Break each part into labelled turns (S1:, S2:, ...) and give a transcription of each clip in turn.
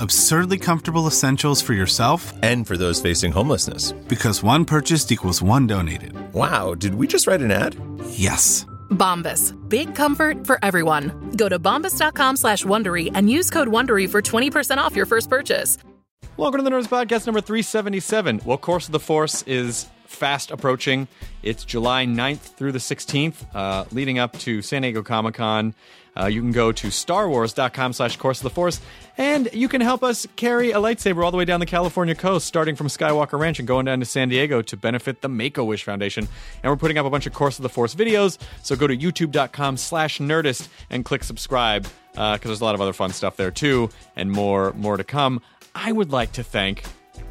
S1: Absurdly comfortable essentials for yourself
S2: and for those facing homelessness.
S1: Because one purchased equals one donated.
S2: Wow, did we just write an ad?
S1: Yes.
S3: Bombas. Big comfort for everyone. Go to bombas.com slash Wondery and use code WONDERY for 20% off your first purchase.
S4: Welcome to the Nerds Podcast number 377. Well, Course of the Force is fast approaching. It's July 9th through the 16th, uh, leading up to San Diego Comic Con. Uh, you can go to starwars.com slash course of the force and you can help us carry a lightsaber all the way down the california coast starting from skywalker ranch and going down to san diego to benefit the make-a-wish foundation and we're putting up a bunch of course of the force videos so go to youtube.com slash nerdist and click subscribe because uh, there's a lot of other fun stuff there too and more more to come i would like to thank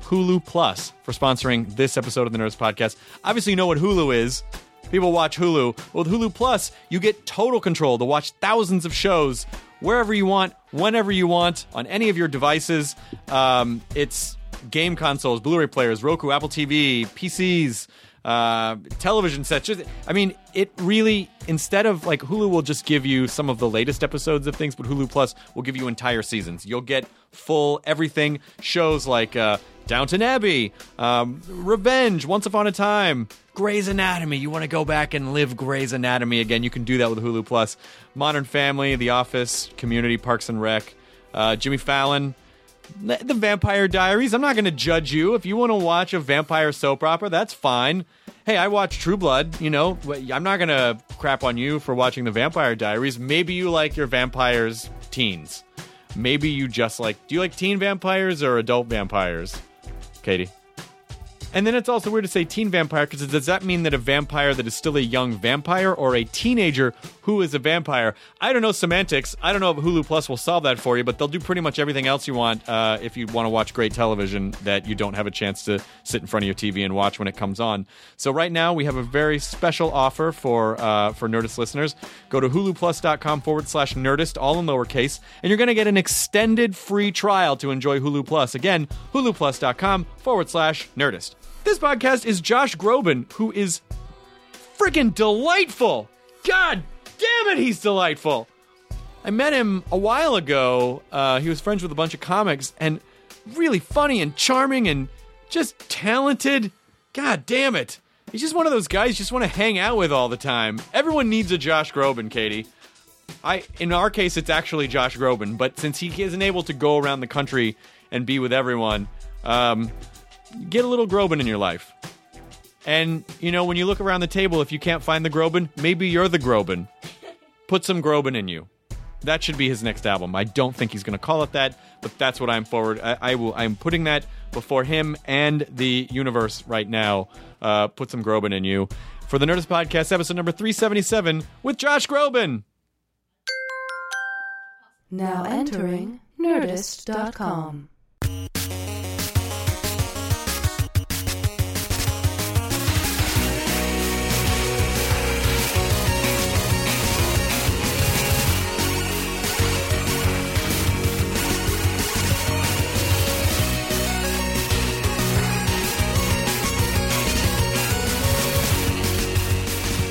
S4: Hulu Plus for sponsoring this episode of the Nerds Podcast. Obviously, you know what Hulu is. People watch Hulu. Well, with Hulu Plus, you get total control to watch thousands of shows wherever you want, whenever you want, on any of your devices. Um, it's game consoles, Blu ray players, Roku, Apple TV, PCs, uh, television sets. Just, I mean, it really, instead of like Hulu will just give you some of the latest episodes of things, but Hulu Plus will give you entire seasons. You'll get full everything shows like. Uh, Downton Abbey, um, Revenge, Once Upon a Time, Grey's Anatomy. You want to go back and live Grey's Anatomy again? You can do that with Hulu Plus. Modern Family, The Office, Community, Parks and Rec, uh, Jimmy Fallon, The Vampire Diaries. I'm not going to judge you if you want to watch a vampire soap opera. That's fine. Hey, I watch True Blood. You know, I'm not going to crap on you for watching The Vampire Diaries. Maybe you like your vampires teens. Maybe you just like. Do you like teen vampires or adult vampires? Katie. And then it's also weird to say teen vampire because does that mean that a vampire that is still a young vampire or a teenager who is a vampire? I don't know semantics. I don't know if Hulu Plus will solve that for you, but they'll do pretty much everything else you want uh, if you want to watch great television that you don't have a chance to sit in front of your TV and watch when it comes on. So right now we have a very special offer for uh, for Nerdist listeners. Go to huluplus.com forward slash Nerdist, all in lowercase, and you're going to get an extended free trial to enjoy Hulu Plus. Again, huluplus.com forward slash Nerdist. This podcast is Josh Groban, who is freaking delightful. God damn it, he's delightful. I met him a while ago. Uh, he was friends with a bunch of comics and really funny and charming and just talented. God damn it. He's just one of those guys you just want to hang out with all the time. Everyone needs a Josh Groban, Katie. I in our case it's actually Josh Groban, but since he isn't able to go around the country and be with everyone, um, get a little Groban in your life. And, you know, when you look around the table, if you can't find the Groban, maybe you're the Groban. Put some Groban in you. That should be his next album. I don't think he's going to call it that, but that's what I'm forward. I, I will. I'm putting that before him and the universe right now. Uh, put some Groban in you for the Nerdist Podcast, episode number 377 with Josh Groban.
S5: Now entering Nerdist.com.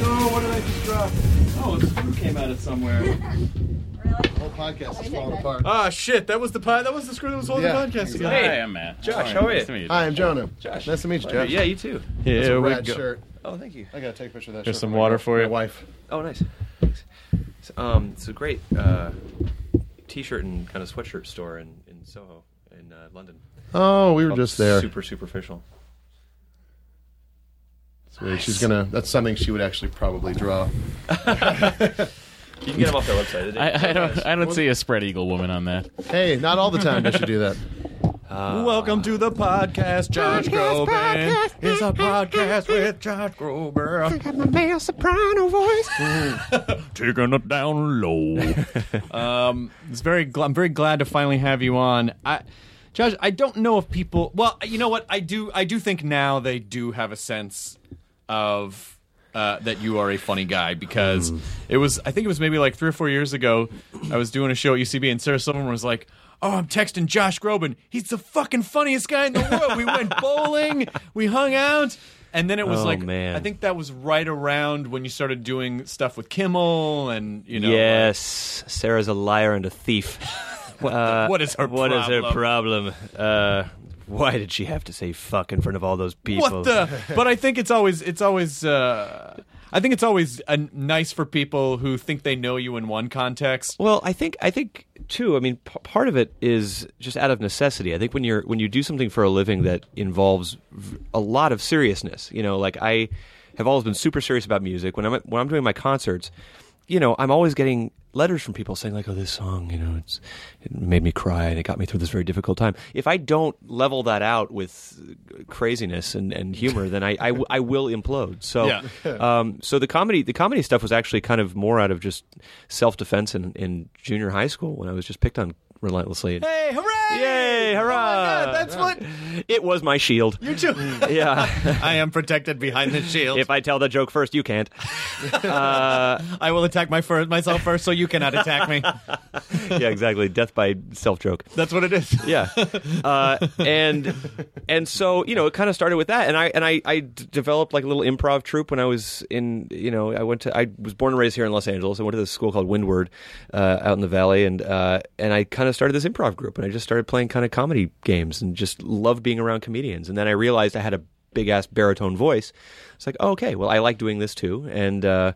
S4: Oh, what did I just drop? Oh, a screw came out of somewhere.
S6: whole podcast is falling apart.
S4: Ah, shit! That was the pod, that was the screw that was holding
S6: Yeah,
S4: the podcast
S6: exactly.
S4: together.
S7: Hey, I'm Matt.
S4: Josh, how are you?
S7: Nice to meet you.
S6: Hi, I'm Jonah.
S7: Josh.
S6: Nice to meet you, Josh.
S7: Yeah, you too.
S6: It's
S4: Here
S6: a
S4: we
S6: rad
S4: go.
S6: shirt.
S7: Oh, thank you.
S6: I gotta take a picture of that.
S4: Here's
S6: shirt
S4: some
S6: my-
S4: water for
S6: my
S4: you.
S6: wife.
S7: Oh, nice. Thanks. So, um, it's a great uh, t-shirt and kind of sweatshirt store in, in Soho in uh, London.
S8: Oh,
S6: Oh, we were just there.
S7: Super superficial.
S6: So She's gonna. That's something she would actually probably draw.
S7: You can get them off their website. They do.
S9: I, I don't. I don't see a spread eagle woman on that.
S6: Hey, not all the time does she do that.
S4: Uh, Welcome to the podcast, Josh Groban. It's a podcast with Josh Grober. I got my male soprano voice. Taking it down low. um, it's very. Gl- I'm very glad to finally have you on. I, Josh, I don't know if people. Well, you know what? I do. I do think now they do have a sense of uh, that you are a funny guy because it was I think it was maybe like three or four years ago I was doing a show at UCB and Sarah Silverman was like. Oh, I'm texting Josh Groban. He's the fucking funniest guy in the world. We went bowling. We hung out. And then it was
S8: Oh,
S4: like,
S8: man.
S4: I think that was right around when you started doing stuff with Kimmel and, you know. uh,
S8: yes, Sarah's a liar and a thief. Uh,
S4: what is her
S8: What is her
S4: problem?
S8: problem? Uh, why did she have to say fuck in front of all those people?
S4: What the? But I think it's always it's always uh, I think it's always uh, nice for people who think they know you in one context.
S8: Well, I think I think too. I mean, p- part of it is just out of necessity. I think when you're when you do something for a living that involves v- a lot of seriousness, you know, like I have always been super serious about music. When I'm at- when I'm doing my concerts, you know, I'm always getting letters from people saying like, "Oh, this song, you know, it's it made me cry and it got me through this very difficult time." If I don't level that out with uh, craziness and, and humor, then I, I, w- I will implode. So
S4: Yeah.
S8: um, so the comedy the comedy stuff was actually kind of more out of just self defense in, in junior high school when I was just picked on relentlessly.
S4: Hey, hooray!
S8: Yay!
S4: Oh
S8: Hurrah!
S4: my God, that's what
S8: It was my shield.
S4: you do.
S8: yeah.
S4: I am protected behind the shield.
S8: If I tell the joke first, you can't. Uh,
S4: I will attack my fir- myself first, so you cannot attack me.
S8: Yeah, exactly. Death by self joke.
S4: That's what it is.
S8: yeah uh, and and so you know it kind of started with that and i and i i d- developed like a little improv troupe when i was in you know i went to i was born and raised here in los angeles i went to this school called windward uh, out in the valley and uh, and i kind of started this improv group and i just started playing kind of comedy games and just loved being around comedians and then i realized i had a big ass baritone voice it's like oh, okay well i like doing this too and uh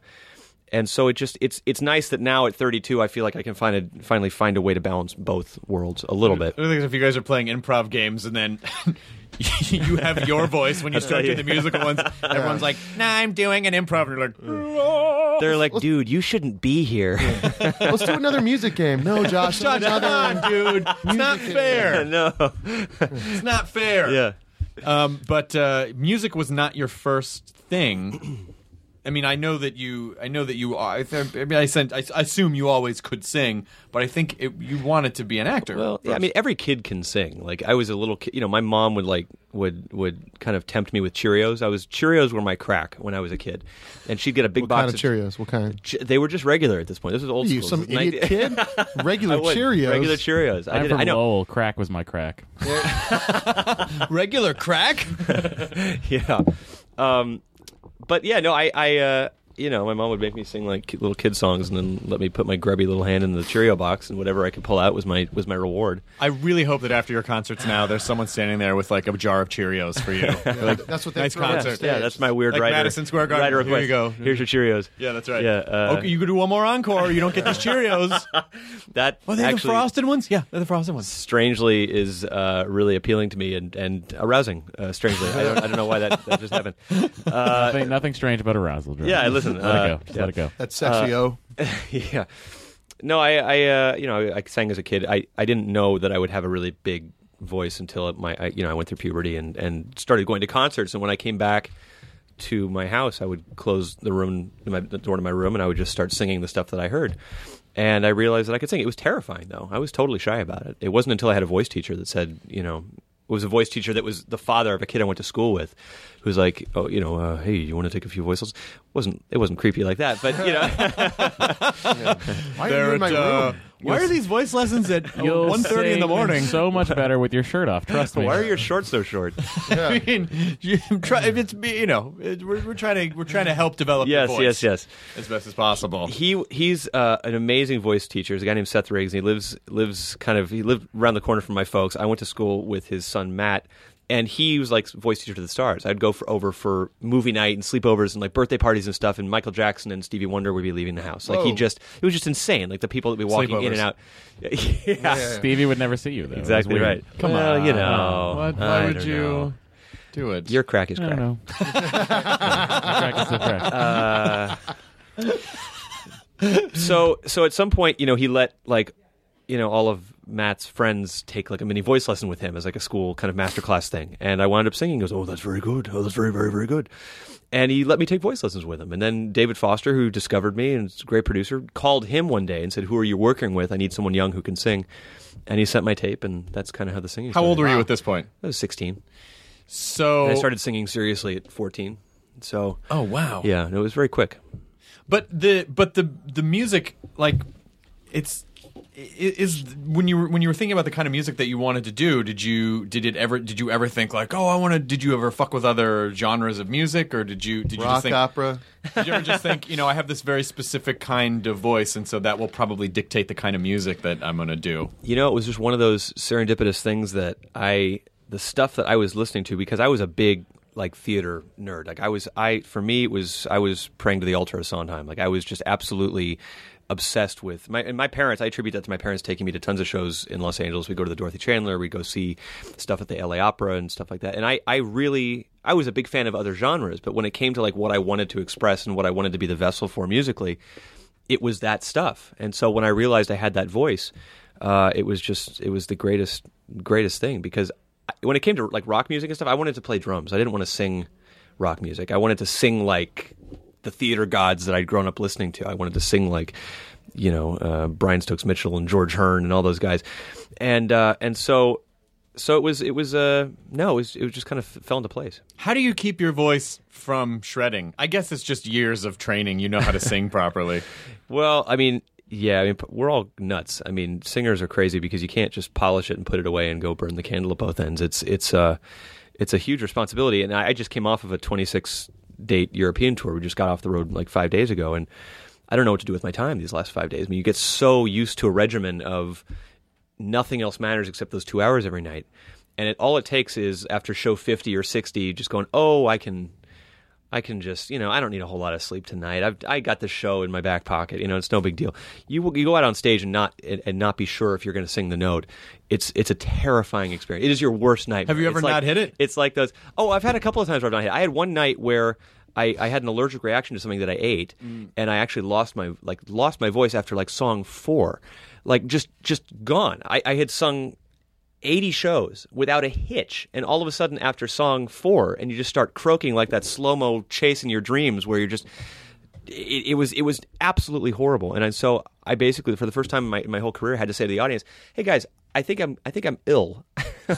S8: and so it just it's it's nice that now at 32 I feel like I can find a, finally find a way to balance both worlds a little bit.
S4: I don't think if you guys are playing improv games and then you have your voice when you start doing the musical ones, everyone's like, "Nah, I'm doing an improv," and you're like,
S8: They're like, dude, you shouldn't be here.
S6: Let's do another music game. No, Josh.
S4: "Shut
S6: another one.
S4: up, dude! It's not fair.
S8: no.
S4: It's not fair."
S8: Yeah.
S4: Um, but uh, music was not your first thing. I mean, I know that you. I know that you. Are, I, th- I mean, I sent. I, I assume you always could sing, but I think it, you wanted to be an actor.
S8: Well, yeah, I mean, every kid can sing. Like I was a little kid, you know, my mom would like would would kind of tempt me with Cheerios. I was Cheerios were my crack when I was a kid, and she'd get a big
S6: What
S8: box
S6: kind of Cheerios? What kind?
S8: Ch- they were just regular at this point. This was old
S6: You
S8: school.
S6: some
S8: This was
S6: idiot
S8: 90
S6: kid? Regular
S8: I would.
S6: Cheerios.
S8: Regular Cheerios. I,
S9: I'm
S8: did,
S9: from
S8: I know.
S9: Lowell. Crack was my crack.
S4: regular crack.
S8: yeah. Um, but yeah, no, I, I, uh, you know, my mom would make me sing like ki- little kid songs, and then let me put my grubby little hand in the Cheerio box, and whatever I could pull out was my was my reward.
S4: I really hope that after your concerts now, there's someone standing there with like a jar of Cheerios for you. Like,
S6: That's what they
S4: nice
S6: throw on
S4: concert.
S6: stage.
S8: Yeah, that's my weird
S4: Like
S8: writer.
S4: Madison Square Garden.
S8: Writer
S4: Here
S8: request.
S4: you go.
S8: Here's your Cheerios.
S4: yeah, that's right.
S8: Yeah. Uh,
S4: okay, you could do one more encore. or You don't get these Cheerios.
S8: That
S4: Are they the
S8: actually,
S4: frosted ones? Yeah, they're the frosted ones.
S8: strangely, is uh, really appealing to me and and arousing. Uh, strangely, I don't, I don't know why that, that just happened. Uh,
S9: nothing, nothing strange about arousal. Drew.
S8: Yeah, listen,
S9: Let
S8: uh,
S9: it go. Just
S8: yeah.
S9: let it go.
S6: That's sexy. oh,
S8: yeah. No, I, I, uh, you know, I sang as a kid. I, I didn't know that I would have a really big voice until my, I, you know, I went through puberty and, and started going to concerts. And when I came back to my house, I would close the room, my, the door to my room, and I would just start singing the stuff that I heard. And I realized that I could sing. It was terrifying, though. I was totally shy about it. It wasn't until I had a voice teacher that said, you know, it was a voice teacher that was the father of a kid I went to school with, who was like, "Oh, you know, uh, hey, you want to take a few voice lessons?" wasn't It wasn't creepy like that, but you know.
S6: why are you in my room?
S4: uh, why are these voice lessons at
S9: You'll
S4: 1.30 in the
S9: sing
S4: morning?
S9: So much better with your shirt off. Trust me.
S8: Why are your shorts so short?
S4: I mean, you try, if it's you know, it, we're, we're trying to we're trying to help develop. your
S8: yes,
S4: voice
S8: yes, yes.
S4: as best as possible.
S8: He he's uh, an amazing voice teacher. He's a guy named Seth Riggs. And he lives lives kind of he lived around the corner from my folks. I went to school with his son Matt, and he was like voice teacher to the stars. I'd go for over for movie night and sleepovers and like birthday parties and stuff. And Michael Jackson and Stevie Wonder would be leaving the house. Like he
S6: Whoa.
S8: just it was just insane. Like the people that would be walking in
S4: Sleepovers.
S8: and out. yeah.
S9: Stevie would never see you though. It was
S8: Exactly
S9: weird.
S8: right. Come on, you know.
S9: What,
S8: I
S9: why would
S8: don't
S9: you?
S8: know.
S4: Do it.
S8: Your crack is
S9: I
S8: crack.
S9: don't know. Crack is the crack.
S8: Uh, so so at some point, you know, he let like you know all of Matt's friends take like a mini voice lesson with him as like a school kind of masterclass thing, and I wound up singing. He goes, "Oh, that's very good. Oh, that's very very very good." And he let me take voice lessons with him. And then David Foster, who discovered me and is a great producer, called him one day and said, "Who are you working with? I need someone young who can sing." And he sent my tape, and that's kind of how the singing.
S4: How old
S8: started.
S4: were you at this point?
S8: I was sixteen.
S4: So
S8: And I started singing seriously at fourteen. So
S4: Oh wow.
S8: yeah, and it was very quick.
S4: But the but the the music like it's i- is when you were when you were thinking about the kind of music that you wanted to do did you did it ever did you ever think like oh I want to did you ever fuck with other genres of music or did you did you just
S6: Rock
S4: think
S6: opera.
S4: did you ever just think you know I have this very specific kind of voice and so that will probably dictate the kind of music that I'm going to do
S8: You know, it was just one of those serendipitous things that I the stuff that I was listening to because I was a big like theater nerd. Like I was I for me it was I was praying to the altar of Sondheim. Like I was just absolutely obsessed with my and my parents I attribute that to my parents taking me to tons of shows in Los Angeles. We go to the Dorothy Chandler, we go see stuff at the LA Opera and stuff like that. And I I really I was a big fan of other genres, but when it came to like what I wanted to express and what I wanted to be the vessel for musically, it was that stuff. And so when I realized I had that voice, uh, it was just it was the greatest greatest thing because I, when it came to like rock music and stuff, I wanted to play drums. I didn't want to sing rock music. I wanted to sing like the theater gods that I'd grown up listening to. I wanted to sing like you know uh, Brian Stokes Mitchell and George Hearn and all those guys. And uh, and so so it was it was uh no it was it was just kind of fell into place.
S4: How do you keep your voice from shredding? I guess it's just years of training. You know how to sing properly.
S8: Well, I mean, yeah, I mean, p- we're all nuts. I mean, singers are crazy because you can't just polish it and put it away and go burn the candle at both ends. It's it's a it's a huge responsibility, and I, I just came off of a 26 date European tour. We just got off the road like five days ago, and I don't know what to do with my time these last five days. I mean, you get so used to a regimen of nothing else matters except those two hours every night, and it, all it takes is after show 50 or 60, just going, oh, I can I can just, you know, I don't need a whole lot of sleep tonight. I've I got the show in my back pocket. You know, it's no big deal. You will- you go out on stage and not and, and not be sure if you're going to sing the note. It's it's a terrifying experience. It is your worst nightmare.
S4: Have you ever
S8: It's like-
S4: not hit it?
S8: It's like those. Oh, I've had a couple of times where I've not hit. it. I had one night where. I, I had an allergic reaction to something that I ate,
S4: Mm.
S8: and I actually lost my like lost my voice after like song four, like just just gone. I, I had sung 80 shows without a hitch and all of a sudden after song four and you just start croaking like that slow-mo chase in your dreams where you're just it, it was it was absolutely horrible and I, so i basically for the first time in my, in my whole career had to say to the audience hey guys i think i'm i think i'm ill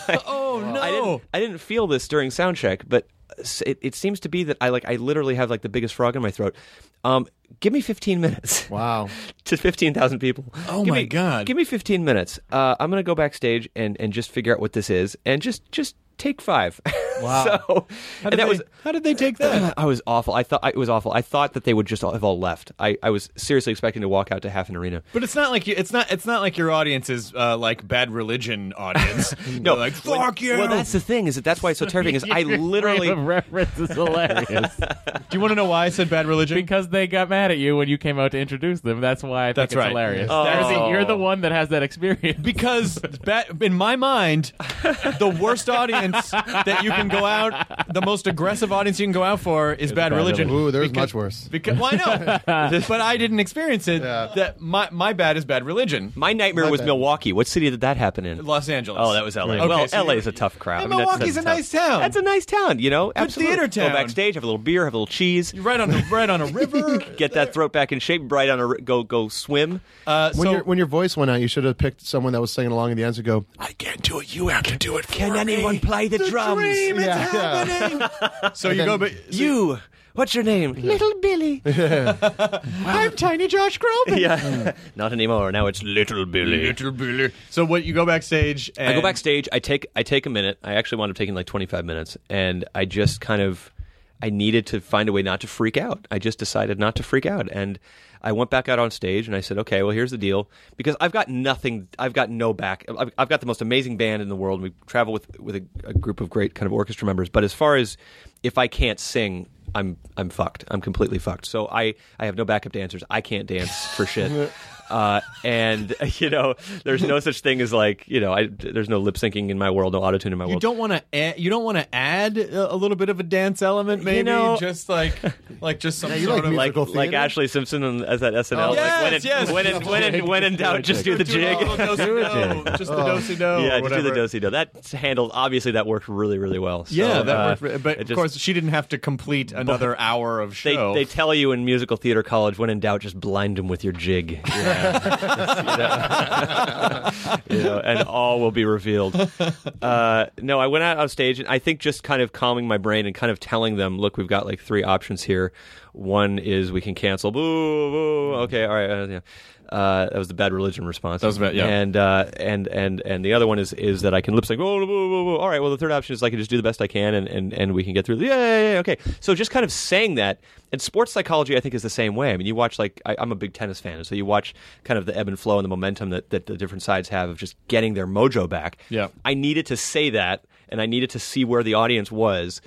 S8: oh no I didn't, I didn't feel this during sound check but s- it, it seems to be that i like i literally have like the biggest frog in my throat um give me 15 minutes
S6: Wow.
S8: to 15,000 people.
S4: Oh
S8: Give
S4: my
S8: me-
S4: God.
S8: Give me 15 minutes. Uh, I'm going to go backstage and, and just figure out what this is and just just take 5. Wow. so and that was
S4: how did they take that?
S8: I was awful. I thought I- it was awful. I thought that they would just all, have all left. I, I was seriously expecting to walk out to half an arena.
S4: But it's not like you, it's not it's not like your audience is uh, like bad religion audience. no, like
S8: When-
S4: fuck you.
S8: Well, that's the thing is that that's why it's so terrifying is I literally
S9: the reference is hilarious
S4: Do you want to know why I said bad religion?
S9: because they got mad at you when you came out to introduce them. That's why I think
S4: That's
S9: it's
S4: right.
S9: hilarious.
S4: Oh.
S9: You're, the, you're the one that has that experience.
S4: because ba- in my mind, the worst audience that you can go out, the most aggressive audience you can go out for is bad,
S9: Bad
S4: religion.
S9: Religion.
S6: Ooh, there's much worse.
S4: Because, well, I know, but I didn't experience it. That my my bad is bad religion.
S8: my nightmare was
S6: bad.
S8: Milwaukee. What city did that happen in?
S4: Los Angeles.
S8: Oh, that was LA.
S4: Okay,
S8: well,
S4: so
S8: LA
S4: you-
S8: is a tough crowd.
S4: And
S8: I mean, that's-
S4: Milwaukee's
S8: that's
S4: a
S8: tough.
S4: nice town.
S8: That's a nice town, you know. Absolutely.
S4: theater town.
S8: Go backstage, have a little beer, have a little cheese.
S4: You're right on the right on a river.
S8: get that throat back in shape, right on a r- go go swim.
S4: Uh,
S6: When,
S4: so
S6: your, when your voice went out, you should have picked someone that was singing along in the ends and go, I can't do it. You have to do it for
S8: Can anyone
S6: me."
S8: play the, drums?
S4: dream is
S6: Yeah, yeah.
S4: happening. so you
S6: then
S4: go, but
S8: You, what's your name? Little Billy.
S4: I'm Tiny Josh Groban.
S8: yeah, not anymore. Now it's Little Billy.
S4: Little Billy. So what? You go backstage. And
S8: I go backstage. I take I take a minute. I actually wound up taking like 25 minutes, and I just kind of I needed to find a way not to freak out. I just decided not to freak out, and I went back out on stage and I said, "Okay, well here's the deal," because I've got nothing. I've got no back. I've, I've got the most amazing band in the world. We travel with with a, a group of great kind of orchestra members, but as far as if I can't sing. I'm I'm fucked. I'm completely fucked. So I I have no backup dancers. I can't dance for shit. Uh, and you know, there's no such thing as like you know, I there's no lip syncing in my world, no autotune in my
S4: You
S8: world.
S4: don't want to add. You don't want to add a, a little bit of a dance element, maybe.
S8: know-
S4: just like, like just some
S6: you
S4: sort
S6: like
S4: of
S8: like
S6: musical
S8: like
S6: theater?
S8: Ashley Simpson on, as that SNL.
S4: Oh,
S8: like, when
S4: yes,
S8: in,
S4: yes.
S8: when in, when in, when in doubt, just do the
S4: Do a
S8: jig.
S4: little do-si-do, just the do si do.
S8: Yeah, just do the do do. That handled obviously that worked really really well. So,
S4: Yeah, that
S8: uh,
S4: worked. re- But
S8: it
S4: of
S8: just-
S4: course, she didn't have to complete another hour of
S8: They,
S4: show.
S8: they tell you in musical theater college when in doubt just blind them with your jig you know, and all will be revealed uh, no i went out on stage and i think just kind of calming my brain and kind of telling them look we've got like three options here one is we can cancel boo boo okay all right uh, yeah. Uh, that was the bad religion response. That
S4: was about- yeah.
S8: And uh, and and and the other one is is that I can lip sync. "Whoa, whoa, whoa, whoa, whoa." All right. Well, the third option is I can just do the best I can, and and, and we can get through. the- Yeah, yeah, yeah. Okay. So just kind of saying that, and sports psychology, I think, is the same way. I mean, you watch like I, I'm a big tennis fan, and so you watch kind of the ebb and flow and the momentum that that the different sides have of just getting their mojo back.
S4: Yeah.
S8: I needed to say that, and I needed to see where the audience was,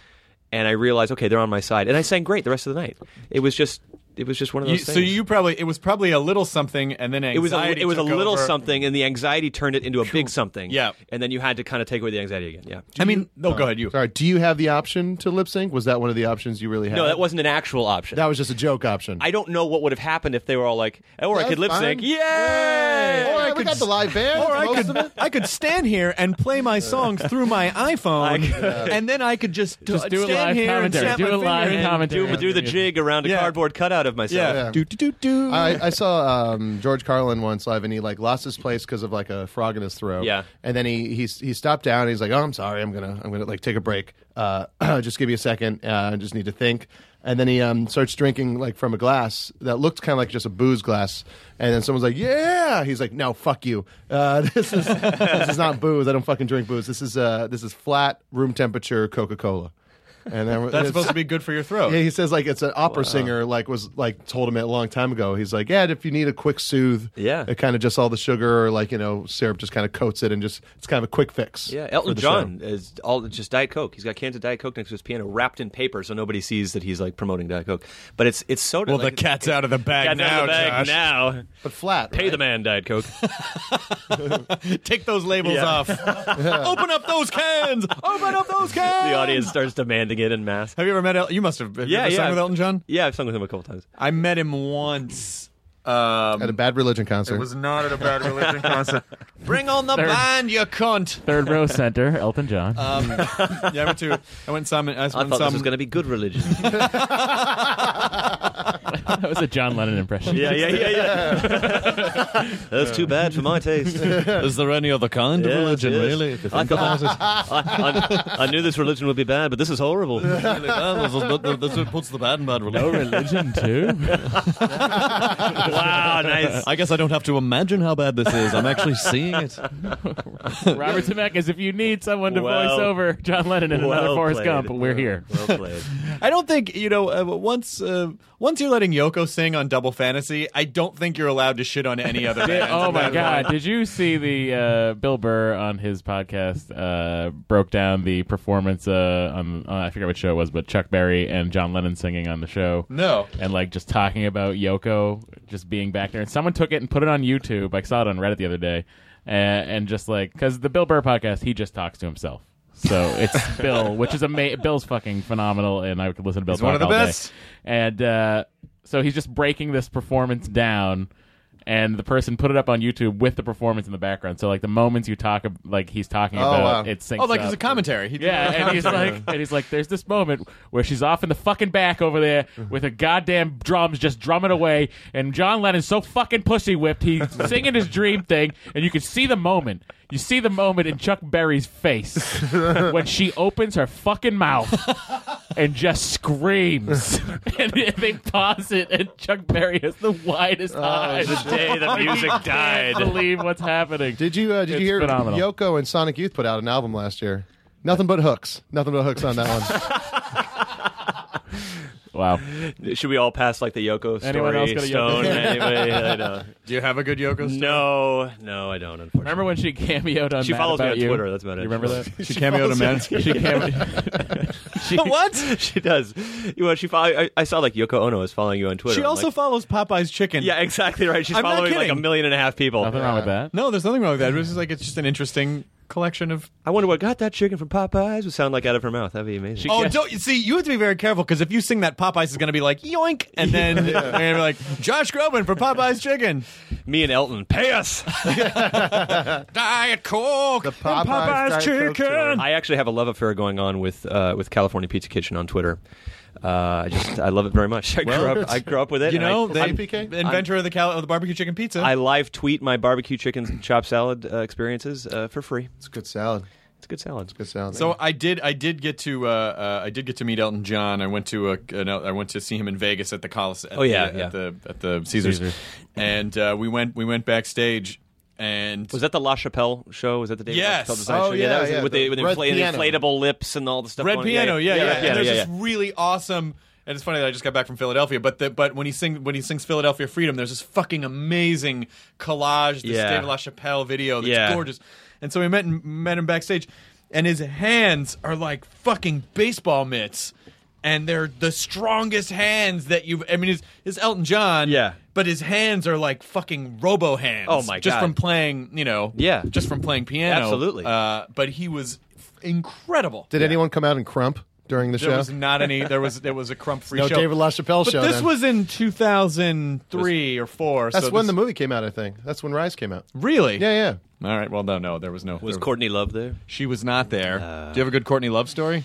S8: and I realized, okay, they're on my side, and I sang great the rest of the night. It was just. It was just one of
S4: You-
S8: those things
S4: so you probably it was probably a little something, and then anxiety
S8: it was a, it was a
S4: took
S8: little
S4: over.
S8: something, and the anxiety turned it into a big something.
S4: Yeah.
S8: and then you had to kind of take away the anxiety again. Yeah.
S4: I mean, no, go ahead. You.
S6: Sorry, do you have the option to lip sync? Was that one of the options you really had?
S8: No, that wasn't an actual option.
S6: That was just a joke option.
S8: I don't know what would have happened if they were all like, or I
S6: That's
S8: could lip sync.
S6: fine.
S8: Yay!
S6: Or I we got the live band.
S4: Or I
S6: most of
S4: could
S6: it.
S4: I could stand here and play my songs through my iPhone, and then I could just, uh,
S9: Just do a
S4: stand
S9: live
S4: here
S9: commentary.
S4: And snap
S9: Do
S4: my
S9: a live
S4: finger and-
S9: commentary.
S8: Do, do the jig around a
S4: Yeah.
S8: cardboard cutout of myself.
S4: Yeah, do do do do.
S6: I, I saw um, George Carlin once live, and he like lost his place because of like a frog in his throat.
S8: Yeah.
S6: and then he he he stopped down. And he's like, "Oh, I'm sorry. I'm gonna I'm gonna like take a break. Uh, just give me a second. Uh, I just need to think." And then he um, starts drinking like from a glass that looked kind of like just a booze glass. And then someone's like, "Yeah." He's like, "No, fuck you. Uh, this is this is not booze. I don't fucking drink booze. This is uh, this is flat room temperature Coca Cola." And then
S4: That's supposed to be good for your throat.
S6: Yeah, he says like it's an opera singer like was like told him it a long time ago. He's like, yeah, if you need a quick soothe,
S8: Yeah.
S6: it kind of just all the sugar or like you know syrup just kind of coats it and just it's kind of a quick fix.
S8: Yeah,
S6: for
S8: Elton
S6: the
S8: John
S6: show.
S8: is all just Diet Coke. He's got cans of Diet Coke next to his piano, wrapped in paper, so nobody sees that he's like promoting Diet Coke. But it's it's soda.
S4: Well,
S8: like,
S4: the cat's out of the bag
S8: Cat's
S4: now,
S8: out of the bag
S4: Josh.
S8: now.
S6: but flat.
S8: Pay
S6: right?
S8: the man, Diet Coke.
S4: Take those labels
S8: Yeah.
S4: off. Open up those cans. Open up those cans.
S8: the audience starts demanding it in mass.
S4: Have you ever met? El- you must have. Have you ever sung with Elton John?
S8: Yeah, I've sung with him a couple times.
S4: I met him once. Um,
S6: at a bad religion concert.
S4: not at a bad religion concert. Bring on the
S9: Third.
S4: band, you cunt. Um,
S9: Third row center, Elton John.
S4: Yeah, I went to. I went some. I, went
S8: I thought
S4: some,
S8: this was going to be good religion.
S9: that was a John Lennon impression.
S8: yeah, yeah, yeah, yeah. That's too bad for my taste.
S4: Is there any other kind
S8: Yes, yes. I, thought, I, I, I knew this religion would be bad, but this is horrible.
S4: That's what puts the bad in bad
S9: No religion too.
S4: Ah,
S8: wow, nice.
S4: I guess I don't have to imagine how bad this is. I'm actually seeing it.
S9: Robert Zemeckis, if you need someone to
S8: Well-
S9: voice over John Lennon in another
S8: Well
S9: Forrest
S8: played.
S9: Gump, we're here.
S8: Well played.
S4: I don't think you know. Uh, once, uh, once you're letting Yoko sing on Double Fantasy, I don't think you're allowed to shit on any other.
S9: Did-
S4: band
S9: oh
S4: at
S9: my
S4: that
S9: God!
S4: point.
S9: Did you see the uh, Bill Burr on his podcast uh, broke down the performance? Uh, on, uh, I forget what show it was, but Chuck Berry and John Lennon singing on the show.
S4: No.
S9: and like just talking about Yoko just being back there. And someone took it and put it on YouTube. I saw it on Reddit the other day, and, and just like because the Bill Burr podcast, he just talks to himself. So it's Bill, which is ama- Bill's fucking phenomenal, and I could listen to Bill.
S4: He's one
S9: talk
S4: of the
S9: all day.
S4: best.
S9: And uh, so he's just breaking this performance down. And the person put it up on YouTube with the performance in the background. So like the moments you talk, ab- like he's talking
S6: Oh,
S9: about,
S6: wow.
S9: it syncs
S4: Oh, like
S9: up.
S4: it's a commentary. He did a
S9: Yeah, and he's
S4: commentary.
S9: like, and he's like, there's this moment where she's off in the fucking back over there with her goddamn drums just drumming away, and John Lennon's so fucking pussy whipped he's singing his dream thing, and you can see the moment. You see the moment in Chuck Berry's face when she opens her fucking mouth and just screams, and then they pause it, and Chuck Berry has the widest eyes.
S8: The day the music
S9: I
S8: died.
S9: can't believe what's happening.
S6: Did you uh, did
S9: It's
S6: you hear
S9: phenomenal.
S6: Yoko and Sonic Youth put out an album last year? Nothing but hooks. Nothing but hooks on that one.
S9: Wow.
S8: Should we all pass like the Yoko story?
S9: Anyone else got a Yoko
S8: Stone?
S9: story?
S8: Anybody? I know.
S4: Do you have a good yoga? story?
S8: No, no, I don't. Unfortunately,
S9: Remember when she cameoed on
S8: She
S9: Mad
S8: follows me
S9: About
S8: on
S9: You?
S8: Twitter, that's about it.
S9: You remember that?
S4: She cameoed a man.
S9: she cameoed. she,
S8: what she does? Well, she follow, I, I saw like Yoko Ono is following you on Twitter.
S4: She
S8: I'm
S4: also
S8: like,
S4: follows Popeye's chicken.
S8: yeah, exactly right. She's
S4: I'm not
S8: following like a
S4: kidding.
S8: million and a half people.
S9: Nothing wrong with that.
S4: No, there's nothing wrong with that. It's just like it's just an interesting collection of.
S8: I wonder what got that chicken from Popeyes would sound like out of her mouth. That'd be amazing.
S4: Oh,
S9: guess-
S4: don't you see? You have to be very careful because if you sing that, Popeyes is going to be like yoink, and then they're going to be like Josh Groban for Popeye's chicken,
S8: me and Elton, pay us.
S4: Diet Coke,
S6: The
S4: and
S6: Popeyes Diet Coke challenge.
S8: I actually have a love affair going on with uh, with California Pizza Kitchen on Twitter. Uh, I just I love it very much. I grew up I grew up with it.
S4: You
S8: and I-
S4: know,
S6: It's
S4: they-
S6: APK?
S4: the inventor of the cal- of the barbecue chicken pizza.
S8: I live tweet my barbecue chicken chop salad uh, experiences uh, for free.
S6: It's a good salad.
S8: It's a good salad.
S6: Good salad.
S4: So I did. I did get to. Uh, uh, I did get to meet Elton John. I went to. A, an, I went to see him in Vegas at the Coliseum.
S8: Oh, yeah,
S4: the,
S8: yeah.
S4: At the at the Caesars, and uh, we went. We went backstage, and
S8: Was that the La Chapelle show? Was that the David
S4: Yes.
S8: La Chapelle design
S6: Oh,
S8: show?
S6: yeah,
S8: that was
S6: yeah,
S8: with
S6: the
S8: the, with the
S6: red
S8: infla-
S6: piano.
S8: inflatable lips and all the stuff.
S4: Red
S8: going-
S4: Piano. Yeah, yeah.
S8: red
S4: and
S8: piano,
S4: there's
S8: yeah,
S4: this
S8: yeah.
S4: really awesome. And it's funny that I just got back from Philadelphia, but the, but when he sing when he sings Philadelphia Freedom, there's this fucking amazing collage, this
S8: Yeah.
S4: David LaChapelle video that's
S8: Yeah.
S4: gorgeous. And so we met and met him backstage, and his hands are like fucking baseball mitts, and they're the strongest hands that you've. I mean, it's, it's Elton John,
S8: Yeah.
S4: but his hands are like fucking robo hands.
S8: Oh, my
S4: Just
S8: God.
S4: from playing, you know,
S8: Yeah.
S4: just from playing piano,
S8: Absolutely.
S4: Uh, but he was f- incredible.
S6: Did anyone come out and crump during the
S4: There
S6: show?
S4: was not any. There was there was a crump free
S6: no
S4: show.
S6: David LaChapelle
S4: but
S6: show.
S4: this
S6: then.
S4: was in 2003 or four.
S6: That's
S4: so
S6: when
S4: this-
S6: the movie came out, I think. That's when Rise came out.
S4: really.
S6: Yeah,
S4: yeah. All right. Well, no, no, there was no.
S8: Was uh,
S4: there-
S8: Courtney Love there?
S4: she was not there. Do you have a good Courtney Love story?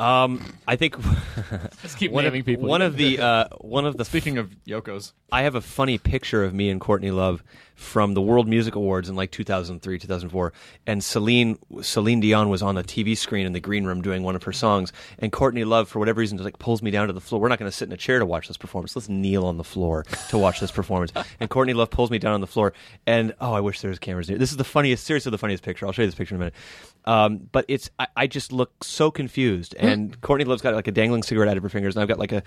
S8: Um, I think
S9: Let's keep
S8: one
S9: naming
S8: of,
S9: people.
S8: one of the uh, one of the
S4: Speaking of Yoko's,
S8: I have a funny picture of me and Courtney Love from the World Music Awards in like 2003, 2004, and Celine Celine Dion was on the TV screen in the green room doing one of her songs, and Courtney Love for whatever reason just like pulls me down to the floor. We're not going to sit in a chair to watch this performance. Let's kneel on the floor to watch this performance. And Courtney Love pulls me down on the floor, and oh, I wish there was cameras near. This is the funniest, seriously, the funniest picture. I'll show you this picture in a minute. Um, but it's I, I just look so confused,
S4: Hmm.
S8: and Courtney Love's got like a dangling cigarette out of her fingers, and I've got like a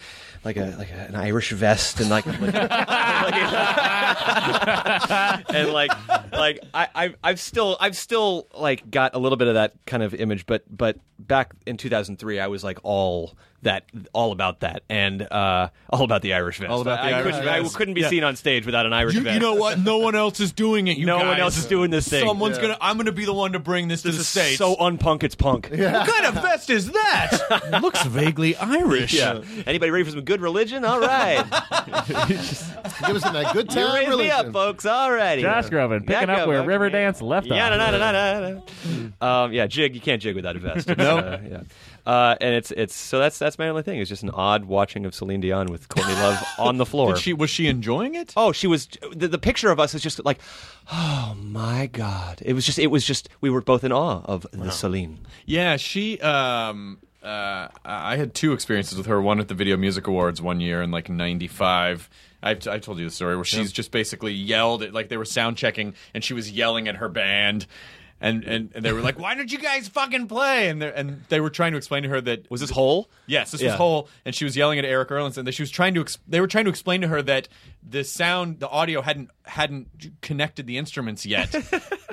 S8: like a like a, an Irish vest and like. and like like I, I've I've still I've still like got a little bit of that kind of image, but but back in 2003, I was like all that all about that and uh, all about the Irish vest.
S4: All about the
S8: I, I
S4: Irish
S8: couldn't,
S4: vest.
S8: I couldn't be
S4: Yeah.
S8: seen on stage without an Irish
S4: you,
S8: vest.
S4: you know what? No one else is doing it. You
S8: No one
S4: guys.
S8: else is doing this thing.
S4: Someone's gonna. I'm gonna be the one to bring this, to the
S8: This is
S4: states.
S8: so unpunk. It's punk.
S4: what kind of vest is that? Looks vaguely Irish.
S8: Yeah. Anybody ready for some good religion? All right.
S6: yeah. Give us in that good
S8: you
S6: time.
S8: raise me up,
S6: religion.
S8: folks. All righty.
S9: Josh Groban, picking up where
S8: Groban.
S9: Riverdance left
S8: Yeah,
S9: off. Hmm.
S8: na, na, na, na, na. Um, yeah, jig. You can't jig without a vest. no, yeah. Uh, and it's it's so that's that's my only thing. It's just an odd watching of Celine Dion with Courtney Love on the floor.
S4: Did she was she enjoying it?
S8: Oh, she was the, the picture of us is just like, oh my god! It was just it was just we were both in awe of the Celine.
S4: Yeah, she. Um, uh, I had two experiences with her. One at the Video Music Awards one year in like '95. I've t- I told you the story where she's just basically yelled at like they were sound checking and she was yelling at her band. And, and and they were like, "Why don't you guys fucking play?" And they and they were trying to explain to her that
S8: Was this whole?
S4: Yes, this
S8: Yeah.
S4: was whole, and she was yelling at Eric Erlandson that she was trying to. Ex- they were trying to explain to her that the sound, the audio hadn't hadn't connected the instruments yet,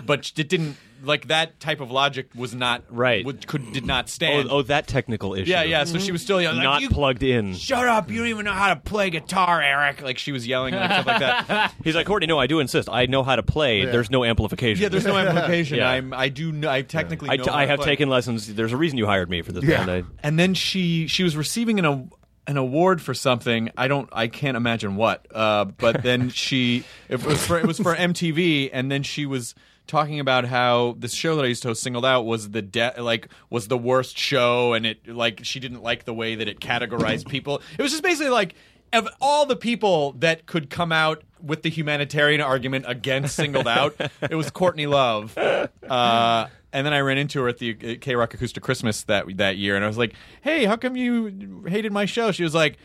S4: but it didn't. Like that type of logic was not
S8: Right.
S4: Would, could did not
S8: Oh,
S4: stand.
S8: oh, that technical issue.
S4: yeah, Oh, yeah. So she was still yelling, like,
S8: Not
S4: "You-
S8: plugged in.
S4: Shut up! You don't even know how to play guitar, Eric. Like she was yelling like stuff like that.
S8: He's like Courtney. No, I do insist. I know how to play. There's no amplification.
S4: Yeah, there's no amplification.
S8: Yeah.
S4: I'm I do kn- I technically
S8: I,
S4: know
S8: t-
S4: how
S8: I
S4: to
S8: have
S4: play.
S8: taken lessons. There's a reason you hired me for this. Yeah.
S4: and then she she was receiving an a, an award for something I don't I can't imagine what. Uh, but then she it was for it was for MTV, and then she was talking about how this show that I used to host singled out was the de- like was the worst show, and it like she didn't like the way that it categorized people. It was just basically like of all the people that could come out with the humanitarian argument against singled out, it was Courtney Love. Uh, and then I ran into her at the K Rock Acoustic Christmas that that year, and I was like, "Hey, how come you hated my show?" She was like.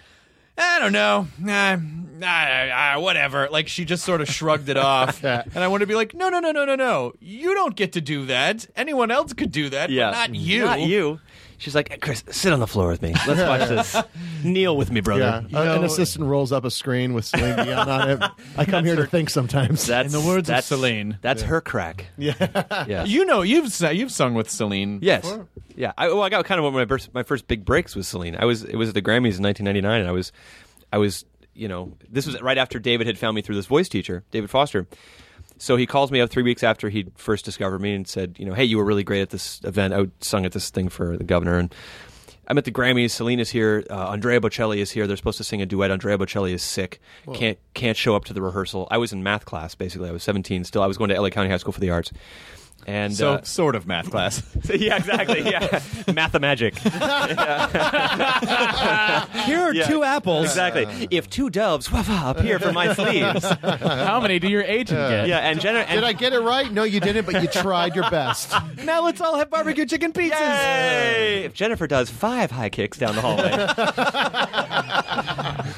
S4: I don't know. Nah, nah, nah, whatever. Like she just sort of shrugged it off. And I wanted to be like, no, no, no, no, no, no. You don't get to do that. Anyone else could do that,
S8: Yeah.
S4: but not you.
S8: Not you. She's like, "Hey, Chris, sit on the floor with me. Let's watch this. Kneel with me, brother.
S6: Yeah, Uh, an assistant rolls up a screen with Celine Dion on it. I come here to think sometimes.
S8: That's,
S4: In the words of
S8: that's,
S4: Celine.
S8: That's her crack. Yeah. yeah.
S4: You know, you've s- you've sung with Celine.
S8: Yes. Yeah. I, well, I got kind of one of my first, my first big breaks with Celine. I was it was at the Grammys in 1999, and I was, I was, you know, this was right after David had found me through this voice teacher, David Foster. So he calls me up three weeks after he first discovered me and said, you know, hey, you were really great at this event. I sung at this thing for the governor, and I'm at the Grammys. Celine is here. Uh, Andrea Bocelli is here. They're supposed to sing a duet. Andrea Bocelli is sick. Can't can't show up to the rehearsal. I was in math class basically. I was 17 still. I was going to LA County High School for the Arts. And
S4: So
S8: uh,
S4: sort of math class.
S8: yeah, exactly. Yeah, mathemagic.
S4: Here are
S8: Yeah. Exactly. If two doves wah, wah, appear from my sleeves.
S9: How many do your agent get?
S8: Yeah, and Jenna. And
S6: Did I get it right? No, you didn't, but you tried your best.
S4: Now let's all have barbecue chicken pizzas.
S8: Yay! If Jennifer does five high kicks down the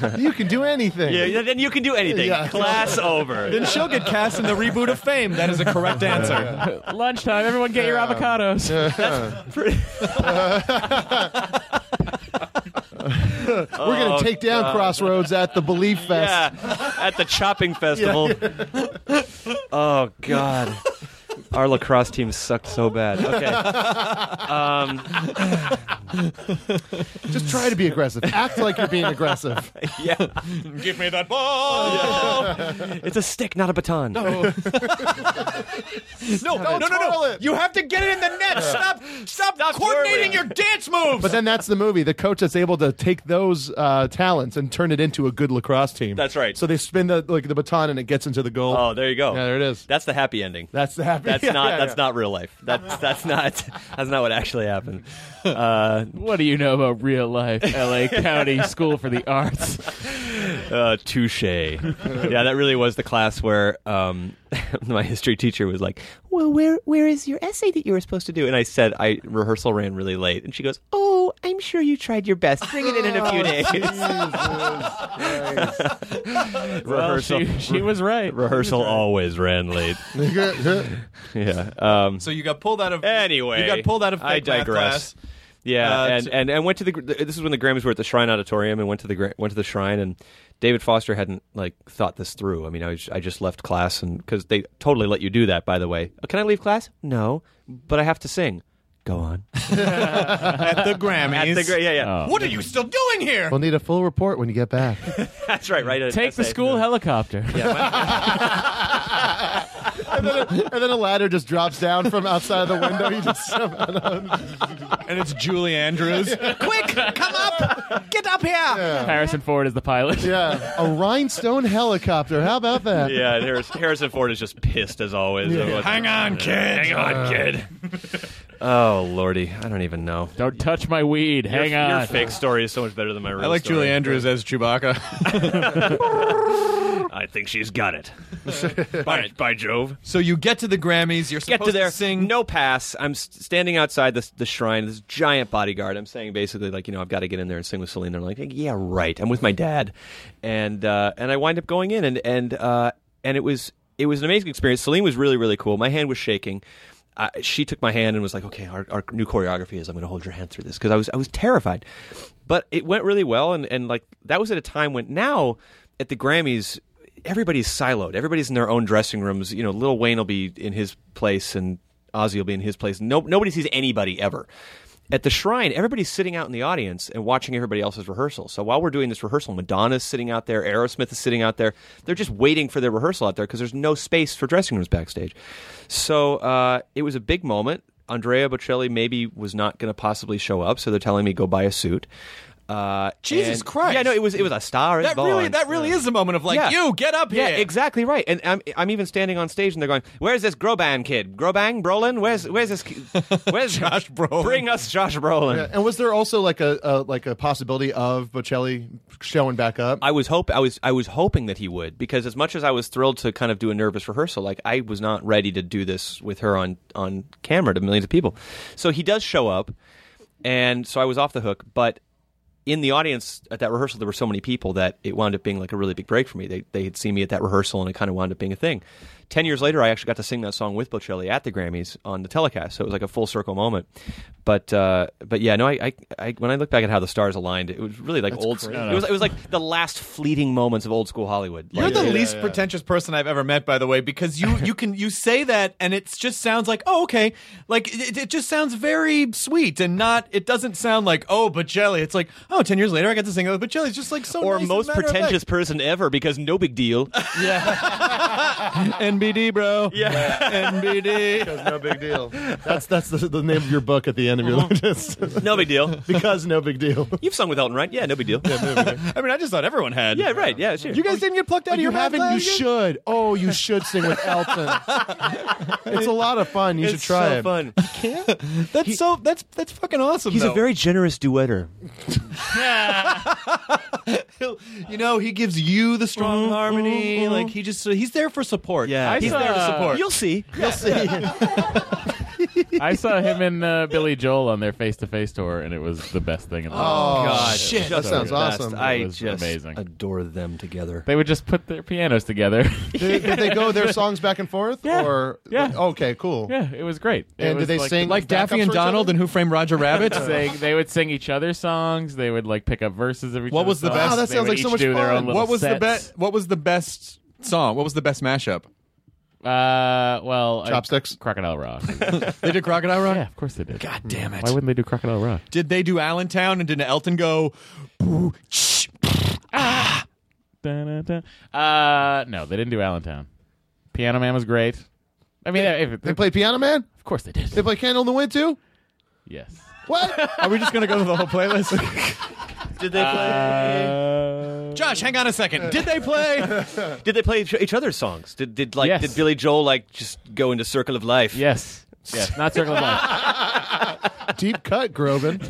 S8: hallway,
S6: You can do anything.
S8: yeah, then you can do anything.
S6: Yeah.
S8: Class over.
S4: Then she'll get cast in the reboot of Fame. That is a correct answer.
S9: Lunchtime, everyone get your avocados.
S6: We're going to take down Crossroads at the Belief Fest.
S8: Oh, Yeah, at the chopping festival. oh God, our lacrosse team sucked so bad. Okay,
S6: Just try to be aggressive. Act like you're being aggressive.
S8: yeah,
S4: Give me that ball.
S8: it's a stick, not a baton.
S4: No, no, no, no,
S6: Twirl
S4: no.
S6: it.
S4: You have to get it in the net. Stop, stop, coordinating
S8: twirling.
S4: your dance moves.
S6: But then that's the movie. The coach that's able to take those uh, talents and turn it into a good lacrosse team.
S8: That's right.
S6: So they spin the like the baton and it gets into the goal.
S8: Oh, there you go.
S6: Yeah, there it is.
S8: That's the happy ending.
S6: That's the happy.
S8: That's
S6: yeah,
S8: not.
S6: yeah,
S8: that's
S6: yeah.
S8: not real life. That's that's not. That's not what actually happened. Uh,
S9: What do you know about real life LA County School for the Arts?
S8: Uh, touche. yeah, that really was the class where um, my history teacher was like, "Well, where where is your essay that you were supposed to do?" And I said, "I rehearsal ran really late." And she goes, "Oh, I'm sure you tried your best. Bring it in in a few days."
S9: Well,
S8: rehearsal.
S9: she, she was right.
S8: rehearsal always ran late. yeah. Um,
S4: so you got pulled out of.
S8: anyway,
S4: you got pulled out of.
S8: I
S4: fake math class.
S8: digress. Yeah,
S4: Uh,
S8: and,
S4: to-
S8: and and went to the. This is when the Grammys were at the Shrine Auditorium, and went to the gra- went to the Shrine, and David Foster hadn't like thought this through. I mean, I, was- I just left class, and because they totally let you do that, by the way. Uh, Can I leave class? No, but I have to sing. Go on. Oh.
S4: at the Grammys.
S8: At the gra- yeah, yeah.
S4: What are you still doing here?
S6: We'll need a full report when you get back.
S8: That's right. Right. an
S9: Take the
S8: essay.
S9: school helicopter.
S6: and, then a, and then a ladder just drops down from outside of the window. You just
S4: And it's Julie Andrews. Quick, come up, get up here.
S9: Harrison Ford is the pilot.
S6: yeah, a rhinestone helicopter. How about that?
S8: Yeah, and Harris- Harrison Ford is just pissed as always.
S4: Hang on, kid. Hang on, kid.
S8: Oh lordy, I don't even know.
S9: Don't touch my weed. Hang
S8: your,
S9: on.
S8: Your fake story is so much better than my real.
S4: I like
S8: story.
S4: Julie Andrews as Chewbacca.
S8: I think she's got it. by, by Jove.
S4: so you get to the Grammys. You're supposed
S8: get to there.
S4: sing.
S8: No pass. I'm s- standing outside this, the shrine. This giant bodyguard. I'm saying basically like you know I've got to get in there and sing with Celine. They're like yeah right. I'm with my dad, and uh, and I wind up going in and and uh, and it was it was an amazing experience. Celine was really really cool. My hand was shaking. Uh, she took my hand and was like, "Okay, our, our new choreography is I'm going to hold your hand through this" because I was I was terrified, but it went really well and and like that was at a time when now at the Grammys everybody's siloed. Everybody's in their own dressing rooms. You know, Lil Wayne will be in his place and Ozzy will be in his place. No, nobody sees anybody ever. At the shrine, everybody's sitting out in the audience and watching everybody else's rehearsal. So while we're doing this rehearsal, Madonna's sitting out there, Aerosmith is sitting out there. They're just waiting for their rehearsal out there because there's no space for dressing rooms backstage. So uh, it was a big moment. Andrea Bocelli maybe was not going to possibly show up, so they're telling me go buy a suit. Uh,
S4: Jesus
S8: and-
S4: Christ.
S8: Yeah, no, it was it was a star. is
S4: that really,
S8: Born.
S4: that really is a moment of like,
S8: Yeah.
S4: you get up
S8: Yeah,
S4: here.
S8: exactly right. And I'm, I'm even standing on stage, and they're going, "Where's this Groban kid? Groban Brolin? Where's where's this? ki- Where's
S4: Josh Brolin.
S8: Bring us Josh Brolin."
S6: And was there also like a, a like a possibility of Bocelli showing back up?
S8: I was hope I was I was hoping that he would because as much as I was thrilled to kind of do a nervous rehearsal, like I was not ready to do this with her on on camera to millions of people. So he does show up, and so I was off the hook. But in the audience at that rehearsal, there were so many people that it wound up being like a really big break for me. They they had seen me at that rehearsal, and it kind of wound up being a thing. Ten years later, I actually got to sing that song with Bocelli at the Grammys on the telecast, so it was like a full circle moment. But uh, but yeah, no, I, I, I when I look back at how the stars aligned, it was really like old.
S6: crazy.
S8: It was it was like the last fleeting moments of old school Hollywood.
S4: You're
S8: Like,
S4: the
S6: yeah,
S4: least
S6: yeah.
S4: pretentious person I've ever met, by the way, because you you can you say that and it just sounds like oh okay, like it, it just sounds very sweet and not it doesn't sound like oh Bocelli. It's like oh 10 years later I got to sing it with Bocelli. It's just like so
S8: or
S4: nice and
S8: most
S4: matter of fact.
S8: pretentious person ever because no big deal.
S4: NBD bro yeah NBD.
S6: Because no big deal. That's that's the, the name of your book at the end of your list.
S8: no big deal.
S6: because no big deal.
S8: You've sung with Elton, right? Yeah, no big deal. Yeah,
S4: I mean I just thought everyone had
S8: right. Yeah, sure.
S4: You guys didn't get plucked out of
S6: you
S4: your band
S6: haven't. You
S4: last year?
S6: should. Oh, you should sing with Elton. it's a lot of fun. You should
S8: It's
S6: try
S8: so
S6: it.
S8: fun.
S4: That's so that's that's fucking awesome.
S8: He's
S4: though.
S8: a very generous duetter.
S4: He'll- you know he gives you the strong harmony like he just he's there for support
S8: Yeah. I
S4: he's
S9: saw-
S4: there to support
S8: You'll see.
S9: I saw him and uh, Billy Joel on their face to face tour, and it was the best thing in the world.
S6: Oh,
S4: God,
S6: shit. That
S8: Just
S6: sounds
S8: the best.
S6: awesome.
S8: I
S9: It was
S8: just
S9: amazing.
S8: adore them together.
S9: They would just put their pianos together.
S6: Did, did they go their songs back and forth?
S9: Yeah.
S6: Or
S9: Yeah.
S6: Okay. Cool.
S9: yeah, it was great. It
S6: And
S9: was
S6: did they
S9: like
S6: sing
S4: like Daffy
S6: backups
S4: and
S6: for each other?
S4: Donald and Who Framed Roger Rabbit
S9: They, they would sing each other's songs. They would like pick up verses of each.
S4: What
S9: other's
S4: was the
S9: songs.
S4: best- Wow,
S6: that
S9: They
S6: sounds
S9: would
S6: like so
S9: each
S6: much
S9: do their
S6: fun.
S9: own little
S4: what was the
S9: sets.
S4: best what was the best song what was the best mashup
S9: Uh, well, I-
S6: Chopsticks?
S9: Crocodile Rock.
S4: they did crocodile rock
S9: yeah, of course they did. God
S4: damn it
S9: Why wouldn't they do Crocodile Rock?
S4: did they do allentown and did elton go "Boo, shh,
S9: Da, da, da. Uh, no, they didn't do Allentown. Piano Man was great. I mean, if,
S6: They play Piano Man.
S9: of course they did.
S6: They play Candle in the Wind too.
S9: yes.
S6: What?
S4: Are we just gonna go through the whole playlist?
S8: Did they play?
S9: Uh,
S4: Josh, hang on a second. Did they play?
S8: did they play each- each other's songs? Did did like
S9: Yes.
S8: did Billy Joel like just go into Circle of Life?
S9: yes. Yes. Not Circle of Life.
S6: Deep cut, Groban.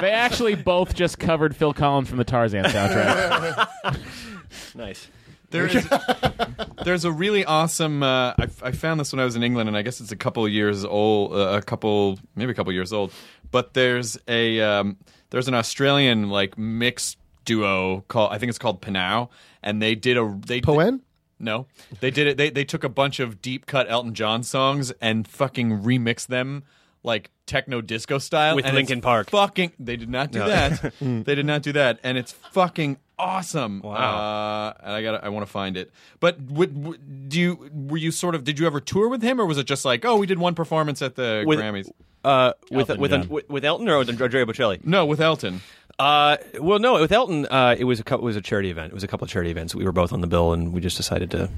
S9: they actually both just covered Phil Collins from the Tarzan soundtrack.
S8: nice.
S4: There is, there's a really awesome. Uh, I, I found this when I was in England, and I guess it's a couple of years old, uh, a couple maybe a couple years old. But there's a um, there's an Australian like mixed duo called I think it's called Panau, and they did a they
S6: Poen?
S4: No, they did it. They they took a bunch of deep cut Elton John songs and fucking remixed them like techno disco style
S8: With
S4: and it's
S8: Linkin Park.
S4: Fucking, they did not do that. they did not do that, and it's fucking awesome. Wow. Uh, and I got I want to find it. But would, would do you were you sort of did you ever tour with him or was it just like oh we did one performance at the
S8: With-
S4: Grammys?
S8: Uh, with
S9: Elton
S8: with,
S9: John.
S8: with with Elton or with Andrea Bocelli?
S4: No, with Elton.
S8: Uh, well, no, with Elton, uh, it was a couple, it was a charity event. It was a couple of charity events. We were both on the bill, and we just decided to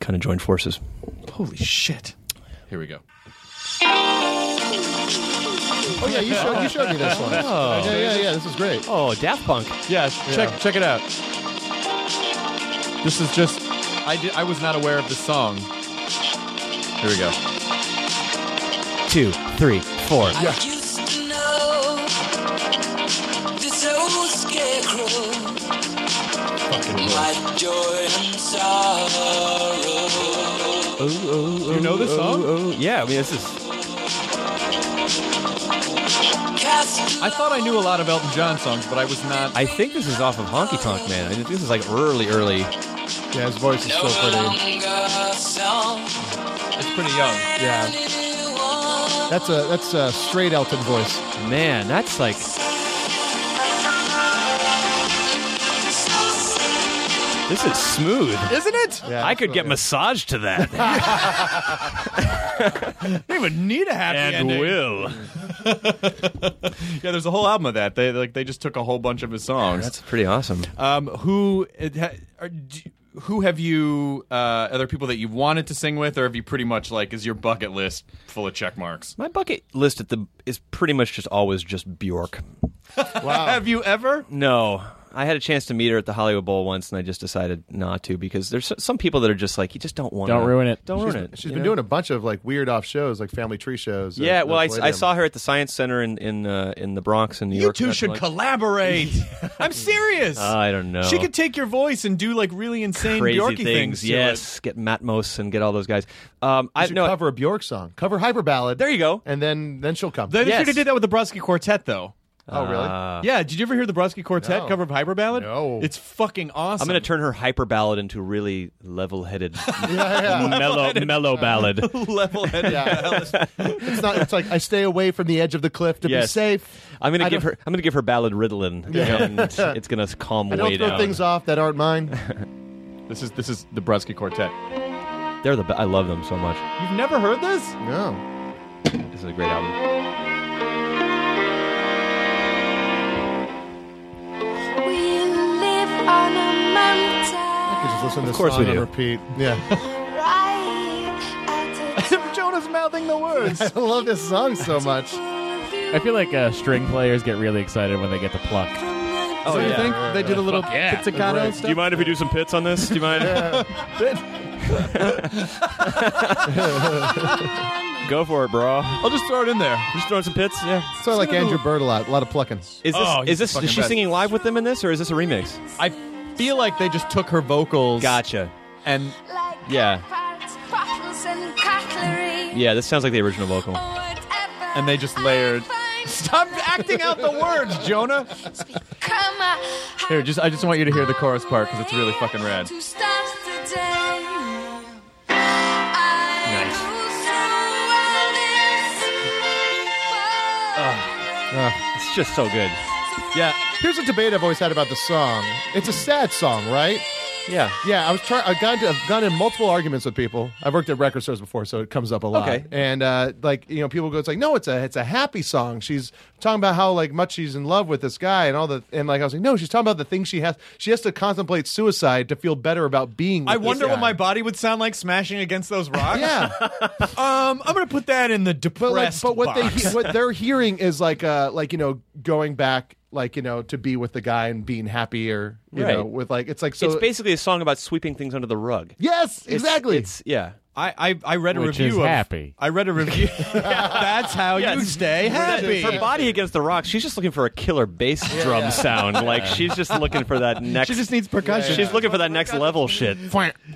S8: kind of join forces.
S4: Holy shit! Here we go.
S6: Oh yeah, you showed you showed me this one. Oh. Yeah, yeah, yeah. This is great.
S8: Oh, Daft Punk!
S4: Yeah, check check it out. This is just I did, I was not aware of the song. Here we go.
S8: Two, three, four.
S10: Used to know this old scarecrow, my joy and sorrow.
S8: Oh,
S4: You know this song?
S8: Yeah, I mean this is
S10: Cast
S4: I thought I knew a lot of Elton John songs, but I was not.
S8: I think this is off of Honky Tonk Man. I think this is like early, early.
S6: Yeah, his voice is
S10: no
S6: so pretty.
S10: longer sound
S4: It's pretty young.
S6: Yeah,
S10: anyone.
S6: that's a that's a straight Elton voice.
S8: Man, that's like this is smooth.
S4: Isn't it?
S6: Yeah,
S8: I could get massaged to that,
S4: They would need a happy
S8: and
S4: ending.
S8: will.
S4: Yeah, there's a whole album of that. They like they just took a whole bunch of his songs.
S8: That's pretty awesome.
S4: Um, who it ha- are, d who have you? Uh, are there people that you've wanted to sing with, or have you pretty much like is your bucket list full of check marks?
S8: My bucket list at the is pretty much just always just Bjork.
S6: Wow.
S4: Have you ever?
S8: No. I had a chance to meet her at the Hollywood Bowl once, and I just decided not to because there's s- some people that are just like you just don't want.
S9: Don't ruin it.
S8: Don't ruin it.
S6: She's
S8: you
S6: been
S8: know?
S6: doing a bunch of like weird off shows, like family tree shows. uh, at
S8: Yeah,
S6: the
S8: well, I, I
S6: Palladium.
S8: saw her at the Science Center in in uh, in the Bronx in New
S4: You
S8: York.
S4: two
S8: not too
S4: should
S8: long-
S4: collaborate. I'm serious.
S8: I don't know.
S4: She could take your voice and do like really insane
S8: crazy
S4: Bjorky
S8: things.
S4: things. to it.
S8: yes, get Matmos and get all those guys. Um, I
S6: You should
S8: no.
S6: cover a Bjork song, cover Hyper Ballad.
S8: there you go.
S6: and then then she'll come.
S4: They
S8: Yes.
S4: should have did that with the Brusky Quartet, though.
S6: Oh, really?
S8: Uh,
S4: yeah, did you ever hear the Brodsky Quartet
S8: No.
S4: cover of Hyper Ballad?
S8: No.
S4: It's fucking awesome.
S8: I'm going to turn her hyper ballad into really level-headed,
S6: yeah.
S8: mellow, mellow ballad.
S4: level-headed.
S6: it's not. It's like I stay away from the edge of the cliff to be
S8: Yes.
S6: safe.
S8: I'm going
S6: I
S8: to give
S6: don't-
S8: her. I'm going to give her ballad Ritalin.
S6: Yeah.
S8: And it's going to calm
S6: I
S8: way
S6: don't throw
S8: down.
S6: things off that aren't mine.
S4: This is this is the Brodsky Quartet.
S8: They're the. Be- I love them so much.
S4: You've never heard this?
S6: No.
S8: This is a great album.
S6: I could just listen to
S8: Of
S6: this
S8: course
S6: song
S8: we
S6: on
S8: do.
S6: repeat. Yeah.
S4: Jonah's mouthing the words.
S6: I love this song so much.
S9: I feel like uh, string players get really excited when they get the pluck.
S4: Oh, you think they did a little
S9: Fuck yeah.
S4: pizzicato
S6: Right.
S4: stuff?
S8: mind if we do some pits on this? Do you mind? Go for it, bro.
S4: I'll just throw it in there.
S8: Just throwing some pits. Yeah.
S6: So I like Andrew Bird a lot. A lot of plucking.
S8: Is this?
S4: Oh, he's
S8: is this?
S4: the
S8: Is she
S4: fucking best.
S8: singing live with them in this, or is this a remix?
S4: I feel like they just took her vocals.
S8: Gotcha.
S4: And
S8: Yeah. Yeah. This sounds like the original vocal.
S4: and they just layered. Stop acting out the words, Jonah. Here, just I just want you to hear the chorus part because it's really fucking rad.
S8: It's just so good.
S4: Yeah,
S6: Here's a debate I've always had about the song. It's a sad song, right?
S8: Yeah.
S6: Yeah, I was trying. I've gone to, I've gone in multiple arguments with people. I've worked at record stores before, so it comes up a lot.
S8: Okay.
S6: And uh, like you know, people go, it's like, no, it's a it's a happy song. She's talking about how like much she's in love with this guy and all the and like I was like, no, she's talking about the things she has. She has to contemplate suicide to feel better about being. With
S4: I
S6: this
S4: wonder what
S6: guy.
S4: my body would sound like smashing against those rocks.
S6: yeah.
S4: Um, I'm gonna put that in the
S6: but like,
S4: depressed.
S6: but what
S4: box.
S6: they he- what they're hearing is like uh like you know going back like you know to be with the guy and being happy or you
S8: Right.
S6: know with like it's like so
S8: it's basically a song about sweeping things under the rug.
S6: yes
S8: It's-
S6: exactly
S8: It's, yeah.
S4: I, I I read a
S9: Which
S4: review
S9: is
S4: of
S9: happy.
S4: I read a review. That's how you stay happy.
S8: Her body against the rock. She's just looking for a killer bass drum sound. Like she's just looking for that next.
S4: She just needs percussion.
S8: She's looking for that next level shit.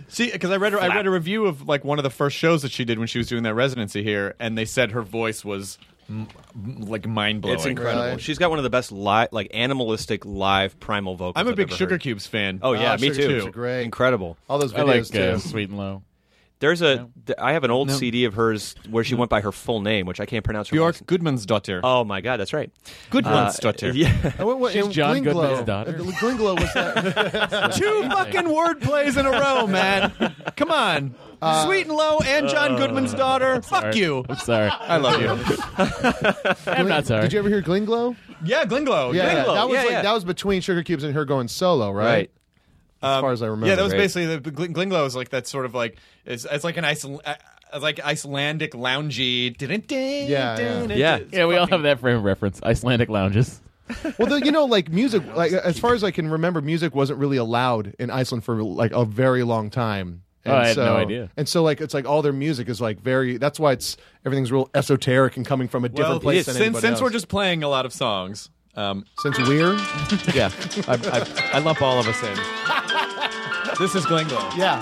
S4: See, because I read I read a review of like one of the first shows that she did when she was doing that residency here, and they said her voice was m- m- like mind blowing.
S8: It's incredible.
S6: Really?
S8: She's got one of the best live, like animalistic live primal vocals.
S4: I'm a
S8: I've
S4: big
S8: ever
S4: Sugar
S8: heard.
S4: Cubes fan.
S8: Oh yeah,
S6: Ah,
S8: me
S6: Sugar
S8: too.
S6: Cubes are great.
S8: Incredible.
S6: all those
S9: I
S6: videos
S9: like uh,
S6: too
S9: sweet and low.
S8: There's a. th- I have an old CD of hers where she went by her full name, which I can't pronounce. Her last-
S4: Bjork Goodman's daughter.
S8: Oh my god, that's right.
S4: Goodman's
S8: Uh,
S4: daughter.
S8: Yeah.
S6: And what- what-
S9: She's
S6: and
S9: John
S6: Glinglo-
S9: Goodman's daughter.
S6: uh, Glinglo was that.
S4: Two fucking word plays in a row, man. Come on,
S6: Uh,
S4: Sweet and Low and John
S8: Uh,
S4: Goodman's daughter. Fuck you.
S9: I'm sorry.
S4: I love you.
S9: I'm not sorry.
S6: Did you ever hear Glinglo?
S4: Yeah, Glinglo.
S6: Yeah,
S8: Glinglo,
S6: that was
S8: yeah,
S6: like
S8: yeah.
S6: that was between Sugar Cubes and her going solo, right? As
S9: Um,
S6: far as I remember.
S4: Yeah, that was
S8: Right.
S4: basically the Gl- Glinglo is like that sort of like it's, it's like an Iceland. uh, Like Icelandic loungy,
S6: Yeah, yeah.
S8: Yeah.
S9: yeah, we all have that frame of reference. Icelandic lounges.
S6: well, the, you know, like music, like as far as I can remember, music wasn't really allowed in Iceland for like a very long time.
S9: Oh, I had no idea.
S6: And so, like, it's like all their music is like very. That's why it's everything's real esoteric and coming from a different
S4: Well,
S6: place.
S4: since,
S6: Than
S4: since
S6: anybody
S4: we're
S6: else.
S4: just playing a lot of songs, um,
S6: since we're
S4: yeah, I, I, I lump all of us in. this is Glinglo.
S6: yeah,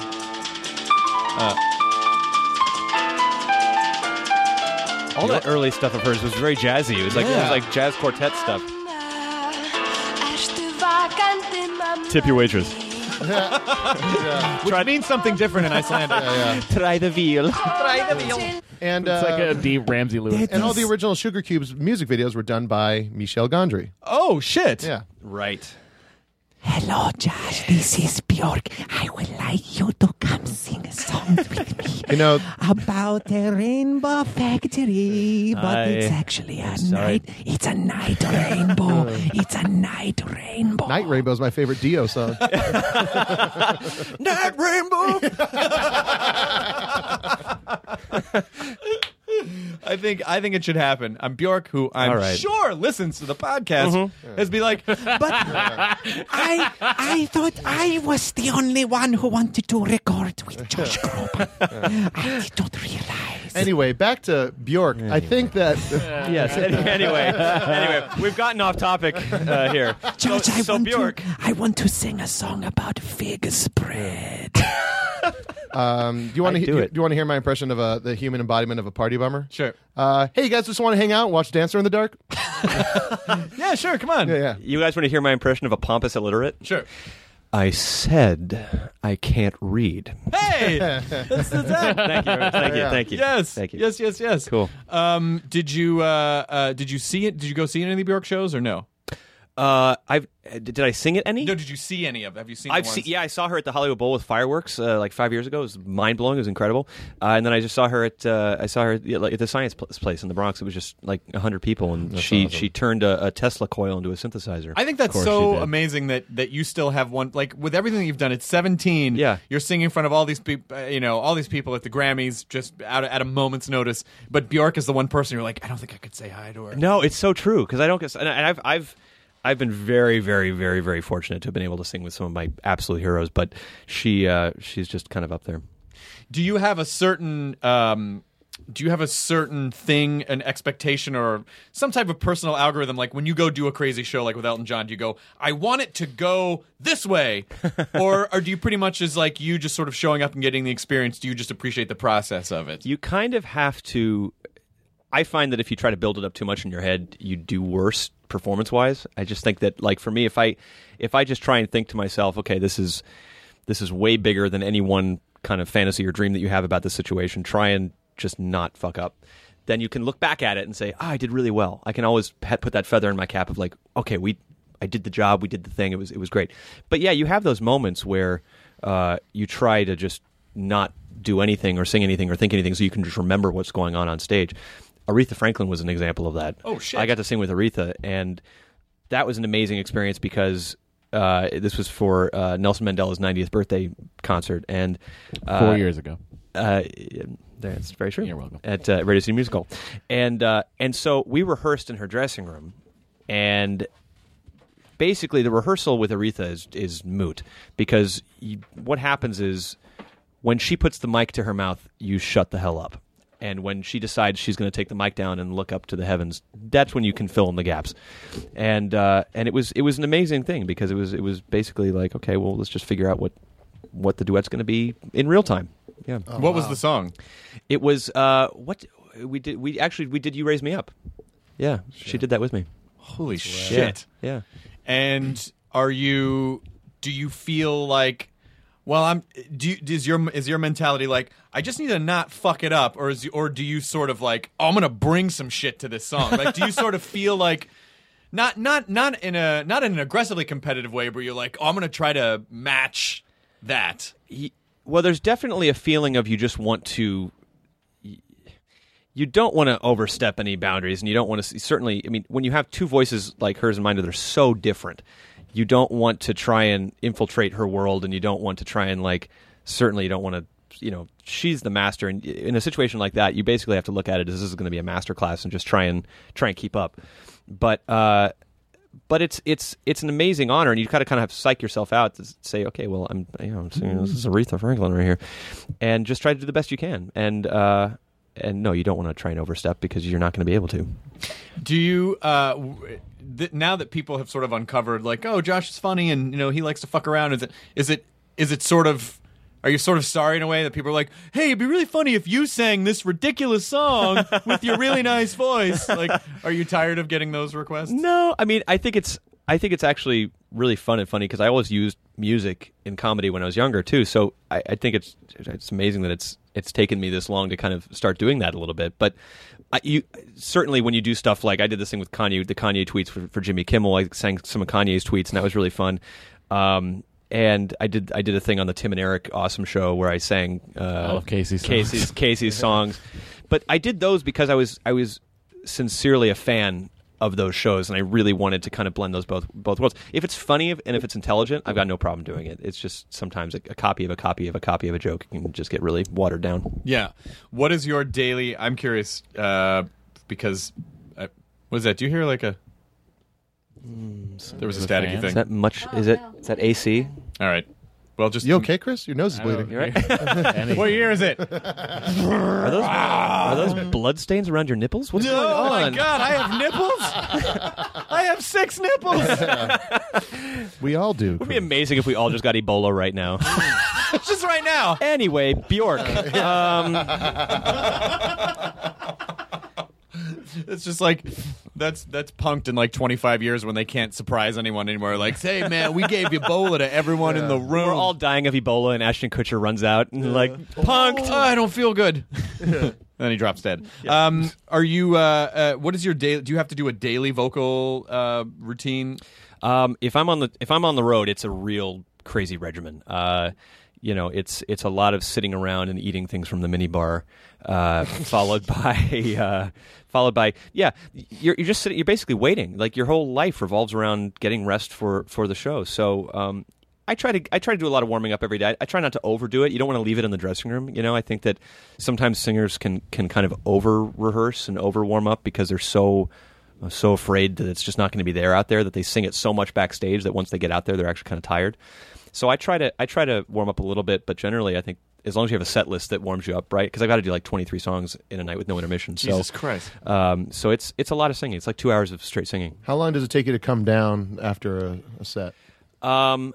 S8: All that early stuff of hers was very jazzy. It was like it was like jazz quartet stuff. Tip your waitress.
S4: Which means something different in Icelandic.
S8: Try the veal.
S6: and
S9: It's
S6: uh,
S9: like a D. Ramsey Lewis.
S6: and all the original Sugar Cubes music videos were done by Michel Gondry.
S4: Oh shit!
S6: Yeah,
S8: Right.
S10: Hello, Josh. This is Bjork. I would like you to come sing a song with me
S6: you know,
S10: about the rainbow factory, but
S8: I-
S10: it's actually a
S8: sorry.
S10: night. It's a night rainbow. it's a night rainbow.
S6: Night Rainbow is my favorite Dio song.
S8: Night rainbow.
S4: I think I think it should happen. I'm Bjork, who I'm
S8: All right.
S4: sure listens to the podcast, has be like, but
S10: I I thought I was the only one who wanted to record with Josh Groban. I did not realize.
S6: anyway, back to Bjork. I think that
S8: yes. anyway, anyway, we've gotten off topic uh, here. So,
S10: Josh, I
S8: so
S10: want
S8: Bjork.
S10: to I want to sing a song about fig spread.
S6: Um, do you want to
S8: I'd
S6: do,
S8: do
S6: you-
S8: it.
S6: do you want to hear my impression of a, the human embodiment of a party bummer?
S4: Sure.
S6: Uh, hey, you guys just want to hang out, and watch Dancer in the Dark?
S4: yeah, sure. Come on.
S6: Yeah, yeah.
S8: You guys want to hear my impression of a pompous illiterate?
S4: Sure.
S8: I said I can't read.
S4: Hey, that's, that's it.
S8: Thank you, very much. thank you, thank you.
S4: Yes,
S8: thank you.
S4: yes, yes, yes.
S8: Cool.
S4: Um, did you uh, uh, did you see it? Did you go see any of the Bjork shows or no?
S8: Uh, I've uh, did I sing it any?
S4: No, did you see any of? Have you seen?
S8: I've
S4: the
S8: seen,
S4: ones?
S8: yeah, I saw her at the Hollywood Bowl with fireworks uh, like five years ago. It was mind blowing. It was incredible. Uh, and then I just saw her at uh, I saw her yeah, like, at the science pl- place in the Bronx. It was just like hundred people, and she she turned a, a Tesla coil into a synthesizer.
S4: I think
S8: Of
S4: that's
S8: course she
S4: so
S8: did.
S4: amazing that that you still have one. Like with everything that you've done, at seventeen,
S8: Yeah.
S4: you're singing in front of all these people, you know, all these people at the Grammys, just out at a moment's notice. But Bjork is the one person you're like, I don't think I could say hi to her.
S8: No, it's so true because I don't get. And I- I've I've I've been very very very very fortunate to have been able to sing with some of my absolute heroes, but she uh, she's just kind of up there.
S4: Do you have a certain um, do you have a certain thing, an expectation, or some type of personal algorithm? Like when you go do a crazy show, like with Elton John, do you go, "I want it to go this way," or or do you pretty much is like you just sort of showing up and getting the experience? Do you just appreciate the process of it?
S8: You kind of have to. I find that if you try to build it up too much in your head, you do worse performance wise. I just think that, like for me, if I if I just try and think to myself, okay, this is this is way bigger than any one kind of fantasy or dream that you have about this situation. Try and just not fuck up. Then you can look back at it and say, ah, I did really well. I can always pe- put that feather in my cap of like, okay, we I did the job, we did the thing. It was it was great. But yeah, you have those moments where uh, you try to just not do anything or sing anything or think anything, so you can just remember what's going on on stage. Aretha Franklin was an example of that.
S4: Oh, shit.
S8: I got to sing with Aretha, and that was an amazing experience because uh, this was for uh, Nelson Mandela's 90th birthday concert, and uh,
S9: Four years ago.
S8: uh, that's very true.
S9: You're welcome.
S8: At uh, Radio City Musical, and uh, and so we rehearsed in her dressing room, and basically the rehearsal with Aretha is is moot because you, what happens is when she puts the mic to her mouth, you shut the hell up. And when she decides she's going to take the mic down and look up to the heavens, that's when you can fill in the gaps. And uh, and it was it was an amazing thing because it was it was basically like okay, well let's just figure out what what the duet's going to be in real time. Yeah.
S4: what was the song?
S8: It was uh, what we did. We actually we did. You raise me up. Yeah, she did that with me.
S4: Holy
S8: Yeah.
S4: shit!
S8: Yeah.
S4: And are you? Do you feel like? Well, I'm. Do you, is your is your mentality like I just need to not fuck it up, or is or do you sort of like oh, I'm gonna bring some shit to this song? Like, do you sort of feel like not not not in a not in an aggressively competitive way, but you're like oh, I'm gonna try to match that.
S8: Y- Well, there's definitely a feeling of you just want to. y- You don't want to overstep any boundaries, and you don't want to. Certainly, I mean, when you have two voices like hers and mine, they're so different. You don't want to try and infiltrate her world, and you don't want to try and like. Certainly, you don't want to. You know, she's the master, and in a situation like that, you basically have to look at it as this is going to be a master class, and just try and try and keep up. But uh, but it's it's it's an amazing honor, and you kind of kind of have to psych yourself out to s- say, okay, well, I'm you know, I'm singing- this is Aretha Franklin right here, and just try to do the best you can, and uh, and no, you don't want to try and overstep because you're not going to be able to.
S4: Do you uh, w- th- now that people have sort of uncovered, like, oh, Josh is funny, and you know he likes to fuck around. Is it is it is it sort of are you sort of sorry in a way that people are like, hey, it'd be really funny if you sang this ridiculous song with your really nice voice? Like, are you tired of getting those requests?
S8: No, I mean, I think it's I think it's actually really fun and funny because I always used music in comedy when I was younger too. So I, I think it's it's amazing that it's it's taken me this long to kind of start doing that a little bit. But I, you certainly when you do stuff like I did this thing with Kanye, the Kanye tweets for, for Jimmy Kimmel. I sang some of Kanye's tweets, and that was really fun. Um, and I did I did a thing on the Tim and Eric Awesome Show where I sang uh, I
S9: love Oh, Casey's songs.
S8: Casey's Casey's songs, but I did those because I was I was sincerely a fan of those shows, and I really wanted to kind of blend those both both worlds. If it's funny if- and if it's intelligent, I've got no problem doing it. It's just sometimes a, a copy of a copy of a copy of a joke can just get really watered down.
S4: Yeah. What is your daily? I'm curious uh, because uh, what is that? Do you hear like a? There was a
S9: the
S4: staticky
S9: fans.
S4: thing.
S8: Is that much? Is it? Is that AC?
S4: All right. Well, just
S6: You okay, Chris? Your nose is bleeding.
S8: You're right.
S4: what year is it?
S8: Are those are those blood stains around your nipples? What's going
S4: oh
S8: on?
S4: my god, I have nipples. I have six nipples.
S6: We all do.
S8: It'd be amazing if we all just got Ebola right now.
S4: just right now.
S8: now. Anyway, Bjork. um,
S4: It's just like that's that's punked in like 25 years when they can't surprise anyone anymore. Like, hey man, we gave Ebola to everyone in the room.
S8: We're all dying of Ebola, and Ashton Kutcher runs out and like punked.
S4: Oh, I don't feel good. then he drops dead. Um, are you? Uh, uh, what is your daily? Do you have to do a daily vocal uh, routine?
S8: Um, if I'm on the if I'm on the road, it's a real crazy regimen. Uh, you know, it's it's a lot of sitting around and eating things from the minibar, uh, followed by uh, followed by yeah, you're you're just sitting, you're basically waiting. Like your whole life revolves around getting rest for for the show. So. Um, I try to I try to do a lot of warming up every day. I, I try not to overdo it. You don't want to leave it in the dressing room. You know, I think that sometimes singers can can kind of over rehearse and over warm up because they're so I'm so afraid that it's just not going to be there out there that they sing it so much backstage that once they get out there they're actually kind of tired. So I try to I try to warm up a little bit, but generally I think as long as you have a set list that warms you up, right? Because I've got to do like 23 songs in a night with no intermission. So,
S4: Jesus Christ.
S8: Um, so it's it's a lot of singing. It's like two hours of straight singing.
S6: How long does it take you to come down after a, a set?
S8: Um,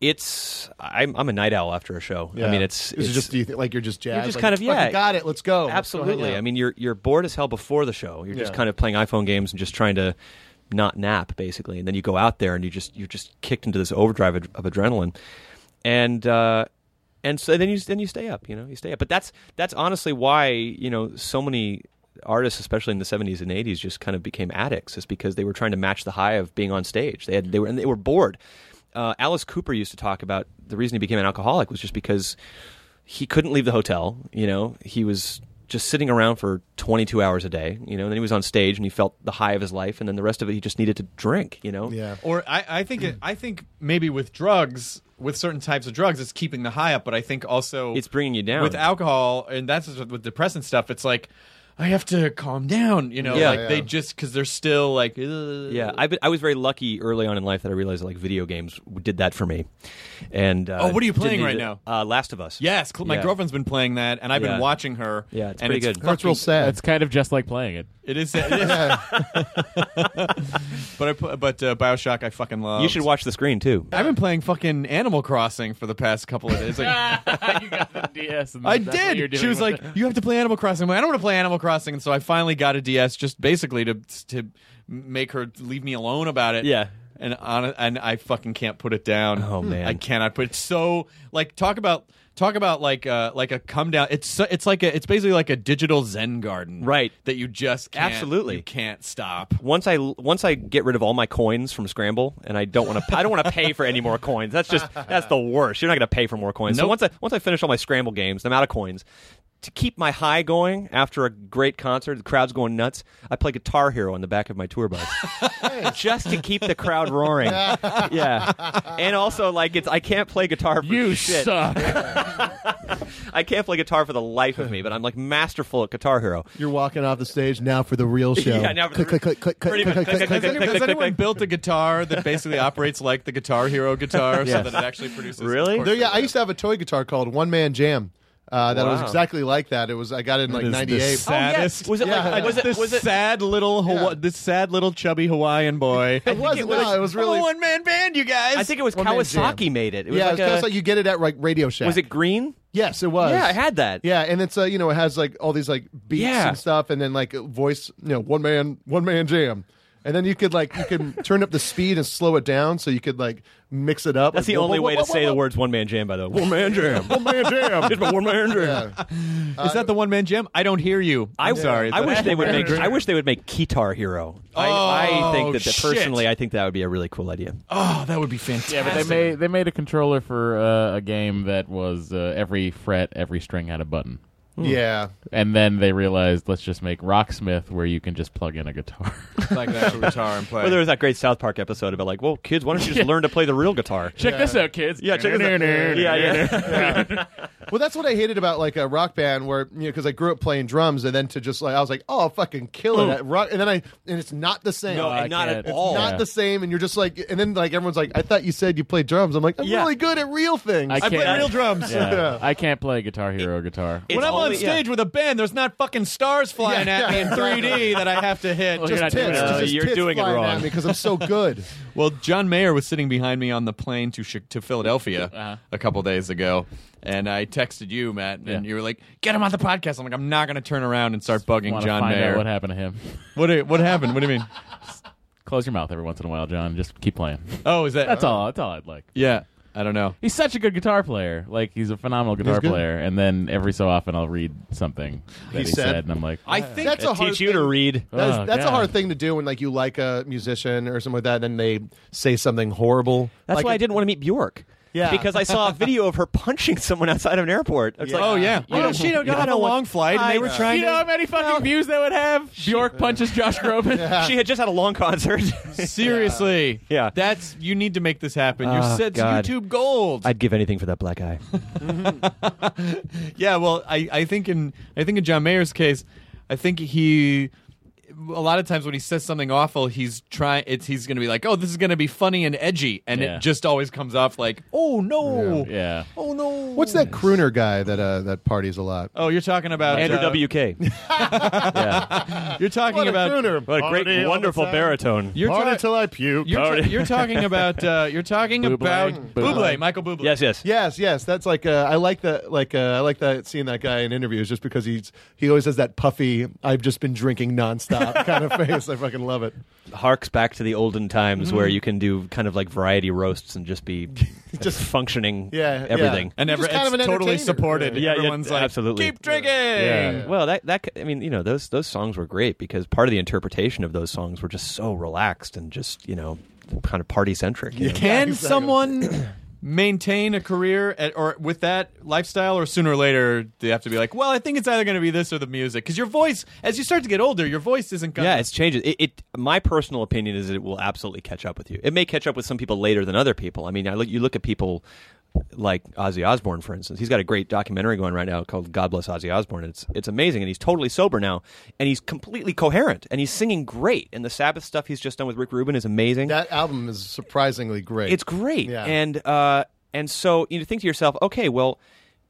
S8: it's I'm, I'm a night owl after a show. I mean, it's
S6: Is it
S8: it's
S6: just do you think like you're just jazzed?
S8: just
S6: like,
S8: kind of- yeah.
S6: fucking Got it. Let's go. Let's go hang
S8: Absolutely.
S6: out.
S8: I mean, you're you're bored as hell before the show. You're just
S6: Yeah.
S8: kind of playing iPhone games and just trying to not nap, basically. And then you go out there and you just you're just kicked into this overdrive of, of adrenaline, and uh, and so then you then you stay up. You know, you stay up. But that's that's honestly why you know so many artists, especially in the 70s and 80s, just kind of became addicts. Is because they were trying to match the high of being on stage. They had they were and they were bored. Uh, Alice Cooper used to talk about the reason he became an alcoholic was just because he couldn't leave the hotel. You know, he was just sitting around for 22 hours a day. You know, and then he was on stage and he felt the high of his life, and then the rest of it he just needed to drink. You know,
S6: yeah.
S4: Or I, I think it, I think maybe with drugs, with certain types of drugs, it's keeping the high up. But I think also
S8: It's bringing you down.
S4: with alcohol, and that's just with depressant stuff. It's like I have to calm down. You know,
S8: Yeah.
S4: like they
S6: Yeah.
S4: just because they're still like "Ugh."
S8: yeah. I, I was very lucky early on in life that I realized that, like video games did that for me. And uh,
S4: Oh, what are you
S8: didn't
S4: playing
S8: need
S4: right
S8: to-
S4: now?
S8: Uh, Last of Us.
S4: Yes, cl- my
S8: Yeah.
S4: girlfriend's been playing that, and I've
S8: Yeah.
S4: been watching her.
S8: Yeah, it's
S4: and
S8: pretty good.
S6: That's real sad.
S9: That's kind of just like playing it.
S4: It is, it is. but I put, but uh, Bioshock, I fucking love.
S8: You should watch the screen too.
S4: I've been playing fucking Animal Crossing for the past couple of days. Like,
S9: you got the DS. And
S4: I
S9: that's what you're
S4: did.
S9: doing
S4: She was
S9: with
S4: like,
S9: it.
S4: "You have to play Animal Crossing." I'm like, "I don't want to play Animal Crossing," and so I finally got a DS, just basically to to make her leave me alone about it.
S8: Yeah.
S4: and on and I fucking can't put it down. Hmm.
S8: Oh, man.
S4: I cannot put. It's so like talk about talk about like uh like a come down. It's so, it's like a it's basically like a digital Zen garden,
S8: Right.
S4: That you just can't,
S8: Absolutely.
S4: you can't stop.
S8: Once I once I get rid of all my coins from Scramble, and I don't want to I don't want to pay for any more coins. That's just that's the worst. You're not going to pay for more coins. So
S4: Nope.
S8: once I once I finish all my Scramble games, I'm out of coins. To keep my high going after a great concert, the crowd's going nuts. I play Guitar Hero on the back of my tour bus, just to keep the crowd roaring. yeah, and also like it's I can't play guitar for
S9: "You
S8: shit.
S9: suck."
S8: I can't play guitar for the life of me, but I'm like masterful at Guitar Hero.
S6: You're walking off the stage now for the real show.
S8: Yeah, now for the
S6: click, click, click, click,
S8: Pretty
S6: click,
S8: much.
S6: click, click,
S4: Has,
S6: click,
S8: Click, click,
S6: click.
S4: any, has
S8: click,
S4: anyone
S8: click.
S4: built a guitar that basically operates like the Guitar Hero guitar,
S8: Yes.
S4: so that it actually produces?
S8: Really?
S4: chords?
S6: There, yeah, I used to have a toy guitar called One Man Jam. Uh, that was
S8: Wow.
S6: exactly like that. It was I got it in like
S4: Is this
S6: '98.
S4: sad? Saddest.
S8: Oh, yeah. Was it
S6: Yeah.
S8: like was it
S4: this
S8: was it
S4: sad little Hawa-
S6: Yeah.
S4: this sad little chubby Hawaiian boy. Oh,
S6: It was, no, it was really.
S4: one man band, you guys.
S8: I think it was
S6: One man
S8: Kawasaki
S6: jam.
S8: made it. It was
S6: yeah, it
S8: like
S6: was kind
S8: a-
S6: of like you get it at like Radio Shack.
S8: Was it green?
S6: Yes, it was.
S8: Yeah, I had that.
S6: Yeah, and it's uh, you know it has like all these like beats
S8: Yeah.
S6: and stuff, and then like voice, you know, one man, one man jam, and then you could like you could turn up the speed and slow it down, so you could like mix it up.
S8: That's
S6: Like,
S8: the
S6: whoa,
S8: only
S6: whoa,
S8: way
S6: whoa,
S8: to
S6: whoa,
S8: say the
S6: whoa.
S8: words one man jam, by the way. One man jam.
S6: One man jam.
S8: It's my one man jam.
S4: is that the one man jam? I don't hear you. I'm sorry.
S8: I
S4: Is
S8: wish
S4: that-
S8: they would make. I wish they would make Guitar Hero. I, I
S4: Oh,
S8: think that, that
S4: shit.
S8: personally, I think that would be a really cool idea.
S4: Oh, that would be fantastic.
S9: Yeah, but they made they made a controller for uh, a game that was uh, every fret, every string had a button,
S6: Yeah,
S9: and then they realized let's just make Rocksmith where you can just plug in a guitar.
S4: like that guitar and play.
S8: Well, there was that great South Park episode about like, well, kids, why don't you just learn to play the real guitar?
S9: check this out, kids.
S8: Yeah, check this out. Yeah, yeah.
S6: well, that's what I hated about like a rock band, where you know, because I grew up playing drums, and then to just like I was like, oh, I'll fucking kill it at rock, and then I and it's not the same.
S8: No,
S9: I
S8: and not
S9: can't.
S8: at
S9: It's
S8: all.
S6: not
S9: Yeah.
S6: the same, and you're just like, and then like everyone's like, I thought you said you played drums. I'm like, I'm
S8: Yeah.
S6: really good at real things.
S9: I can't.
S4: drums.
S9: Yeah.
S6: Yeah.
S9: I can't play Guitar Hero guitar.
S8: It-
S4: When
S8: It's
S4: I'm on
S8: only- yeah.
S4: stage with a band, there's not fucking stars flying
S6: Yeah,
S4: at me
S6: yeah,
S4: in 3D that I have to hit.
S9: Well,
S4: Just-
S9: you're not doing
S6: tits,
S9: it
S6: just
S9: wrong.
S6: his
S8: you're
S6: tits
S8: doing it
S6: flying
S8: wrong.
S6: at me because I'm so good.
S4: Well, John Mayer was sitting behind me on the plane to Chi- to Philadelphia
S9: Uh-huh.
S4: a couple days ago, and I texted you, Matt, and you were like, "Get him on the podcast." I'm like, "I'm not going to turn around and start bugging
S9: Wanna
S4: John
S9: find out
S4: Mayer."
S9: what happened to him?
S4: What i- what happened? What do you mean?
S9: Close your mouth every once in a while, John. Just keep playing.
S4: Oh, is that-
S9: That's all. That's all I'd like.
S4: Yeah, I don't know.
S9: He's such a good guitar player. Like he's a phenomenal guitar
S6: good.
S9: player. And then every so often I'll read something that he,
S6: He said-
S9: said, and I'm like,
S4: I think
S6: that's a hard
S8: teach you to
S6: thing-
S8: read.
S6: That's,
S9: Oh,
S6: that's a
S9: God.
S6: hard thing to do when like you like a musician or something like that, and then they say something horrible.
S8: That's
S6: like,
S8: why I didn't want to meet Bjork.
S6: Yeah.
S8: Because I saw a video of her punching someone outside of an airport. It's like,
S4: oh yeah.
S8: you know,
S4: Well, she
S8: you
S4: got on
S8: know
S4: a
S8: what-
S4: long flight, and
S8: I-
S4: they were trying.
S9: you know how many fucking views that would have? Bjork punches Josh Groban.
S8: She had just had a long concert.
S4: Seriously,
S8: Yeah.
S4: That's you need to make this happen. Your
S8: Oh,
S4: set's
S8: God.
S4: YouTube gold.
S8: I'd give anything for that black eye.
S4: Yeah, well, I, I think in I think in John Mayer's case, I think he a lot of times when he says something awful, he's trying. It's he's going to be like, "Oh, this is going to be funny and edgy," and
S9: Yeah.
S4: it just always comes off like, "Oh no,
S9: yeah.
S4: oh no."
S6: What's that crooner guy that uh, that parties a lot?
S4: Oh, you're talking about
S8: Andrew
S4: uh,
S8: WK. yeah.
S4: You're talking
S6: What a
S4: about
S6: crooner!
S8: What a
S6: Party
S8: great,
S6: all
S8: wonderful
S6: the time.
S8: baritone.
S4: You're
S6: Party
S4: talking.
S6: till I puke.
S4: you're, ta- you're talking about uh, you're talking
S9: Bublé.
S4: about
S9: Bublé.
S4: Buble, Michael Buble.
S8: yes, yes.
S6: Yes, yes, that's like uh, I like that. Like uh, I like that seeing that guy in interviews just because he's he always has that puffy. I've just been drinking nonstop kind of face. I fucking love it.
S8: Harks back to the olden times where you can do kind of like variety roasts and just be Mm-hmm. just functioning
S6: Yeah, yeah.
S8: everything.
S4: and
S6: He's
S4: every,
S6: just kind
S4: it's
S6: of an
S4: totally
S6: entertainer.
S4: supported.
S8: Yeah, yeah,
S4: Everyone's like,
S8: absolutely.
S4: keep drinking.
S6: Yeah.
S8: Well, that that c- I mean, you know, those those songs were great because part of the interpretation of those songs were just so relaxed and just you know, kind of party centric. you know?
S4: Can someone maintain a career at, or with that lifestyle, or sooner or later they have to be like, well, I think it's either going to be this or the music? Because your voice, as you start to get older, your voice isn't going.
S8: Yeah, it's changes. It, it. My personal opinion is that it will absolutely catch up with you. It may catch up with some people later than other people. I mean, I look. You look at people like Ozzy Osbourne, for instance. He's got a great documentary going right now called "God Bless Ozzy Osbourne." It's it's amazing, and he's totally sober now, and he's completely coherent, and he's singing great. And the Sabbath stuff he's just done with Rick Rubin is amazing.
S6: That album is surprisingly great.
S8: It's great.
S6: Yeah.
S8: And uh, and so you know, think to yourself, okay, well,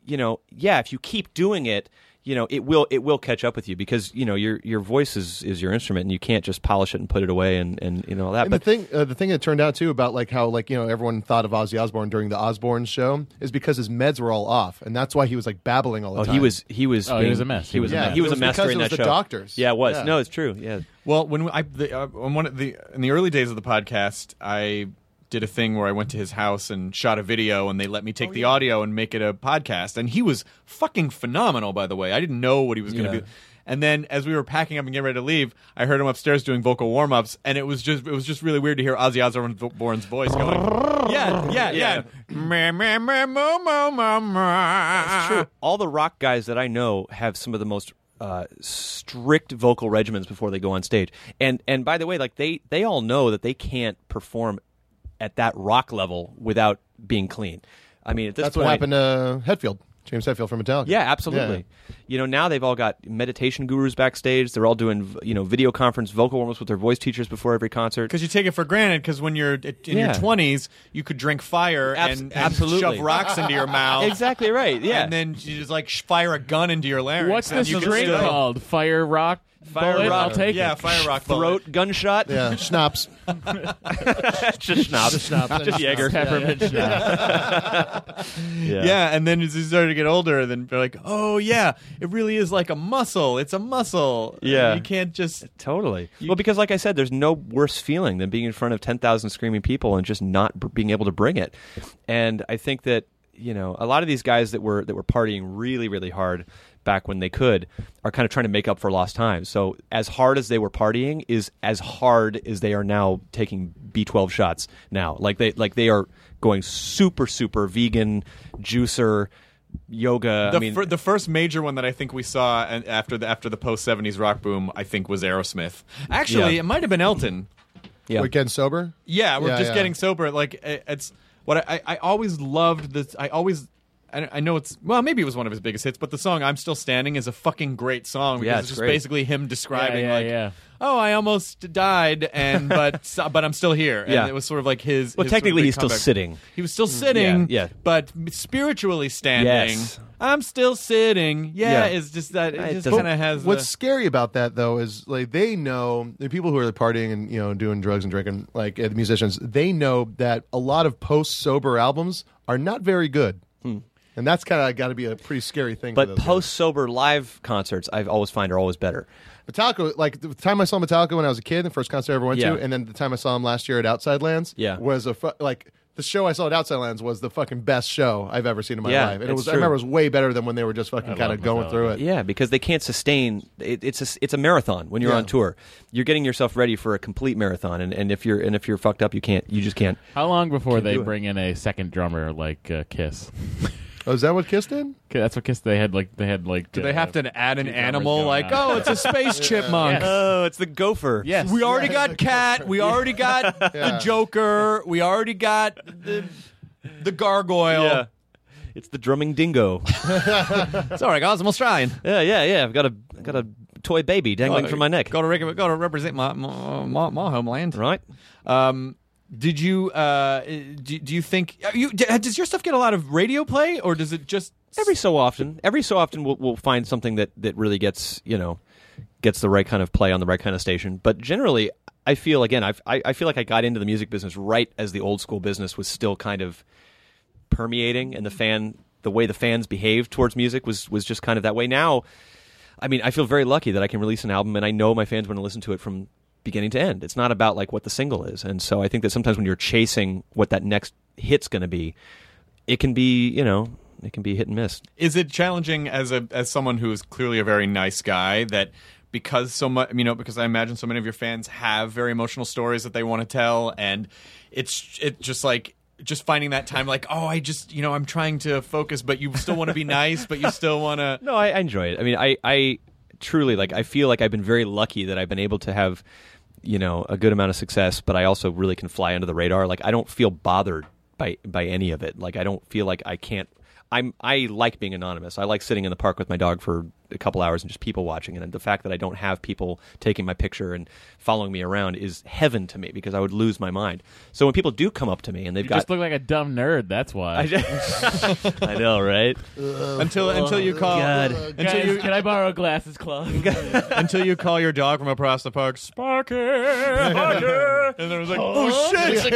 S8: you know, yeah, if you keep doing it, you know, it will it will catch up with you because you know your your voice is is your instrument, and you can't just polish it and put it away and and you know all that.
S6: And
S8: but
S6: the thing, uh, the thing that turned out too about like how like you know everyone thought of Ozzy Osbourne during the Osbourne show is because his meds were all off, and that's why he was like babbling all the
S8: oh,
S6: time.
S8: he was he was
S9: Oh, he
S8: being-
S9: was a mess.
S8: He was
S6: Yeah,
S8: a mess. he
S6: it
S8: was a
S6: was
S8: mess
S6: because
S8: during
S6: it was
S8: that
S6: the
S8: show.
S6: doctors.
S8: Yeah, it was.
S6: Yeah.
S8: No, it's true. Yeah.
S4: Well, when I the, uh, on one of the in the early days of the podcast, I did a thing where I went to his house and shot a video, and they let me take the audio and make it a podcast. And he was fucking phenomenal, by the way. I didn't know what he was going to
S8: Yeah.
S4: be. And then as we were packing up and getting ready to leave, I heard him upstairs doing vocal warm ups, and it was just it was just really weird to hear Ozzy Osbourne's voice going, yeah, yeah, yeah, Meh, meh, meh, mo, mo, mo, mo.
S8: It's true. Uh-huh. All the rock guys that I know have some of the most uh, strict vocal regimens before they go on stage. And and by the way, like they they all know that they can't perform at that rock level without being clean. I mean, at this
S6: That's
S8: point,
S6: what happened to Hetfield, James Hetfield from Metallica.
S8: yeah, absolutely. You know, now they've all got meditation gurus backstage. They're all doing you know video conference vocal warm-ups with their voice teachers before every concert.
S4: Because you take it for granted. Because when you're in your
S8: Yeah.
S4: twenties, you could drink fire
S8: Abs-
S4: and, and
S8: absolutely.
S4: shove rocks into your mouth.
S8: Exactly right. Yeah.
S4: And then you just like sh- fire a gun into your larynx.
S9: What's
S4: and
S9: this
S4: you can
S9: drink
S4: still-
S9: called? Fire Rock
S8: Fire
S9: Bullet? I'll
S8: Rock.
S9: take
S4: yeah,
S9: it.
S4: fire rock
S8: throat
S4: bullet.
S8: gunshot.
S6: yeah, schnapps.
S8: just schnapps. Just
S6: schnapps.
S8: Just Jaeger.
S9: Peppermint schnapps.
S4: Yeah. and then as you start to get older, then you're like, oh yeah, it really is like a muscle. It's a muscle.
S8: Yeah.
S4: you can't just.
S8: Totally. well, because like I said, there's no worse feeling than being in front of 10,000 screaming people and just not b- being able to bring it. And I think that, you know, a lot of these guys that were that were partying really really hard back when they could are kind of trying to make up for lost time. So, as hard as they were partying is as hard as they are now taking B12 shots now. Like they like they are going super super vegan juicer yoga.
S4: The,
S8: I mean,
S4: fir- the first major one that I think we saw and after the after the post seventies rock boom, I think was Aerosmith. Actually,
S8: Yeah.
S4: it might have been Elton.
S8: yeah.
S6: Weekend sober.
S4: Yeah, we're
S6: Yeah,
S4: just
S6: yeah.
S4: eh, getting sober. Like i- it's what I, I always loved. This I always I, I know it's well, maybe it was one of his biggest hits, but the song "I'm Still Standing" is a fucking great song because
S8: Yeah,
S4: it's,
S8: it's
S4: just
S8: great.
S4: basically him describing
S8: Yeah, yeah,
S4: like,
S8: yeah.
S4: "Oh, I almost died, and but so- but I'm still here." And
S8: Yeah.
S4: it was sort of like his.
S8: Well,
S4: his sort of
S8: technically,
S4: big
S8: he's still
S4: comeback.
S8: sitting.
S4: He was still sitting,
S8: yeah.
S4: but spiritually standing.
S8: Yes.
S4: I'm still sitting. Yeah,
S6: Yeah.
S4: it's just that it,
S6: It
S4: just
S6: doesn't-
S4: kind of has.
S6: What's
S4: the-
S6: scary about that though is like they know the people who are partying and you know doing drugs and drinking, like uh, the musicians, they know that a lot of post sober albums are not very good, and that's kind of got to be a pretty scary thing. for
S8: Hmm. But
S6: those guys.
S8: post sober live concerts, I've always find are always better.
S6: Metallica, like the time I saw Metallica when I was a kid, the first concert I ever went
S8: Yeah.
S6: to, and then the time I saw him last year at Outside Lands,
S8: Yeah.
S6: was a fu- like the show I saw at Outside Lands was the fucking best show I've ever seen in my
S8: Yeah,
S6: life, and it
S8: it's
S6: was I
S8: true.
S6: remember it was way better than when they were just fucking kind of going through it.
S8: Yeah, because they can't sustain. It, it's a, it's a marathon when you're
S6: Yeah.
S8: on tour. You're getting yourself ready for a complete marathon, and, and if you're and if you're fucked up, you can't. You just can't.
S9: How long before
S8: Can't
S9: they
S8: do it.
S9: bring in a second drummer like uh, Kiss?
S6: Oh, is that what Kiss did?
S9: 'Kay, That's what Kiss they had like they had like.
S4: Do they have to add an
S9: two drummers
S4: animal?
S9: going
S4: Like,
S9: on.
S4: oh, it's a space
S9: Yeah.
S4: chipmunk.
S9: Yes.
S8: Oh, it's the gopher.
S9: Yes.
S4: We already got Cat. We already got
S6: Yeah.
S4: the Joker. We already got the the gargoyle.
S8: Yeah. It's the drumming dingo.
S4: Sorry, guys, I'm Australian.
S8: yeah, yeah, yeah. I've got a I've got a toy baby dangling from my neck.
S4: Oh, Got to rec- got to represent my my, my, my homeland.
S8: Right.
S4: Um, did you uh, do, do you think you d- does your stuff get a lot of radio play or does it just
S8: Every so often, every so often, we'll, we'll find something that that really gets you know gets the right kind of play on the right kind of station. But generally, I feel again, I've, I I feel like I got into the music business right as the old school business was still kind of permeating, and the fan the way the fans behaved towards music was was just kind of that way. Now, I mean, I feel very lucky that I can release an album, and I know my fans want to listen to it from beginning to end. It's not about like what the single is, and so I think that sometimes when you're chasing what that next hit's going to be, it can be you know. It can be hit and miss.
S4: is it challenging as a as someone who is clearly a very nice guy that because so much you know because I imagine so many of your fans have very emotional stories that they want to tell and it's it just like just finding that time like oh I just you know I'm trying to focus but you still want to be nice but you still want to
S8: No, I, I enjoy it. I mean, I, I truly like. I feel like I've been very lucky that I've been able to have, you know, a good amount of success. But I also really can fly under the radar. Like I don't feel bothered by by any of it. Like I don't feel like I can't. I'm I like being anonymous. I like sitting in the park with my dog for a couple hours and just people watching. And the fact that I don't have people taking my picture and following me around is heaven to me because I would lose my mind. So when people do come up to me and they've
S9: You
S8: got,
S9: just look like a dumb nerd. That's why.
S8: I, just- I know, right?
S4: until until you call
S8: God.
S9: Guys, can I borrow glasses, Claude?
S4: until you call your dog from across the park Sparky Sparky and there was like oh shit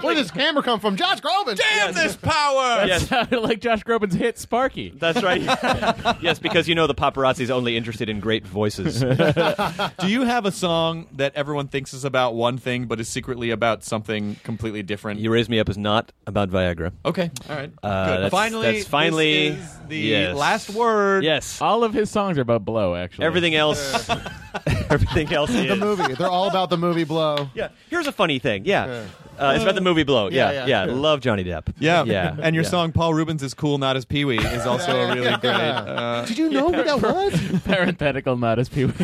S6: Where did this camera come from? Josh Groban.
S4: damn this power
S8: Yes.
S9: Sounded like Josh Groban's hit Sparky.
S8: That's right. yes, because you know the paparazzi's only interested in great voices.
S4: Do you have a song that everyone thinks is about one thing but is secretly about something completely different?
S8: you raise me up is not about Viagra.
S4: okay, all right.
S8: Uh,
S4: Good.
S8: that's-
S4: finally,
S8: that's
S4: this
S8: finally-
S4: is the
S8: yes.
S4: last word.
S8: Yes.
S9: All of his songs are about blow. Actually,
S8: Everything else. everything else is.
S6: The movie. They're all about the movie Blow.
S8: Yeah. Here's a funny thing. Yeah. Uh, it's about the movie Blow. Yeah.
S6: yeah,
S8: Yeah.
S6: yeah.
S8: Love Johnny Depp.
S4: Yeah.
S8: Yeah.
S4: And your
S8: yeah.
S4: song Paul Rubens is cool, not as Pee Wee is also a really great. Uh,
S6: Did you know what that was?
S9: parenthetical, not as people.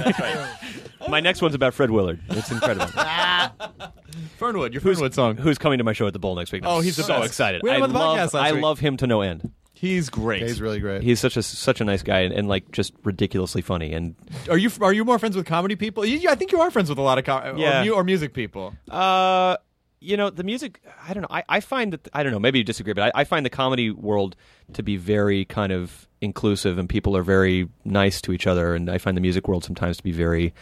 S8: My next one's about Fred Willard. It's incredible.
S4: Fernwood, your
S8: Who's-
S4: Fernwood song.
S8: Who's coming to my show at the Bowl next week? I'm
S4: Oh, he's the
S8: so
S4: best.
S8: excited.
S4: We had
S8: I
S4: him on the
S8: love.
S4: podcast last
S8: I
S4: week.
S8: love him to no end.
S4: He's great.
S6: He's really great.
S8: He's such a such a nice guy and, and like just ridiculously funny and
S4: are you are you more friends with comedy people? You, I think you are friends with a lot of com-
S8: Yeah.
S4: or, mu- or music people.
S8: Uh, you know the music. I don't know. I, I find that I don't know. Maybe you disagree, but I, I find the comedy world to be very kind of inclusive, and people are very nice to each other. And I find the music world sometimes to be very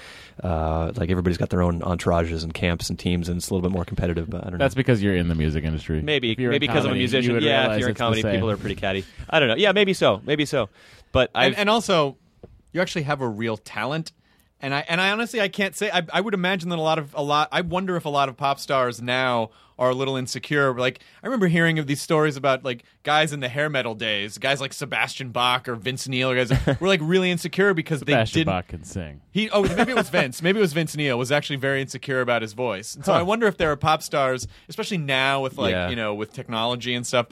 S8: uh, like everybody's got their own entourages and camps and teams, and it's a little bit more competitive. But I don't
S9: That's
S8: know.
S9: because you're in the music industry.
S8: Maybe
S9: If you're in
S8: maybe because I'm a
S9: comedy, you
S8: musician.
S9: would
S8: Yeah,
S9: realize
S8: if you're in
S9: it's the
S8: comedy,
S9: same.
S8: people are pretty catty. I don't know. Yeah, maybe so. Maybe so. But I
S4: and, and also you actually have a real talent and i and i honestly i can't say I, I would imagine that a lot of a lot i wonder if a lot of pop stars now are a little insecure like i remember hearing of these stories about like guys in the hair metal days guys like sebastian bach or vince neil or guys were like really insecure because they
S9: Sebastian
S4: didn't
S9: Bach can sing.
S4: he oh maybe it was Vince maybe it was Vince Neil was actually very insecure about his voice. And so I wonder if there are pop stars, especially now with like
S8: Yeah.
S4: you know with technology and stuff,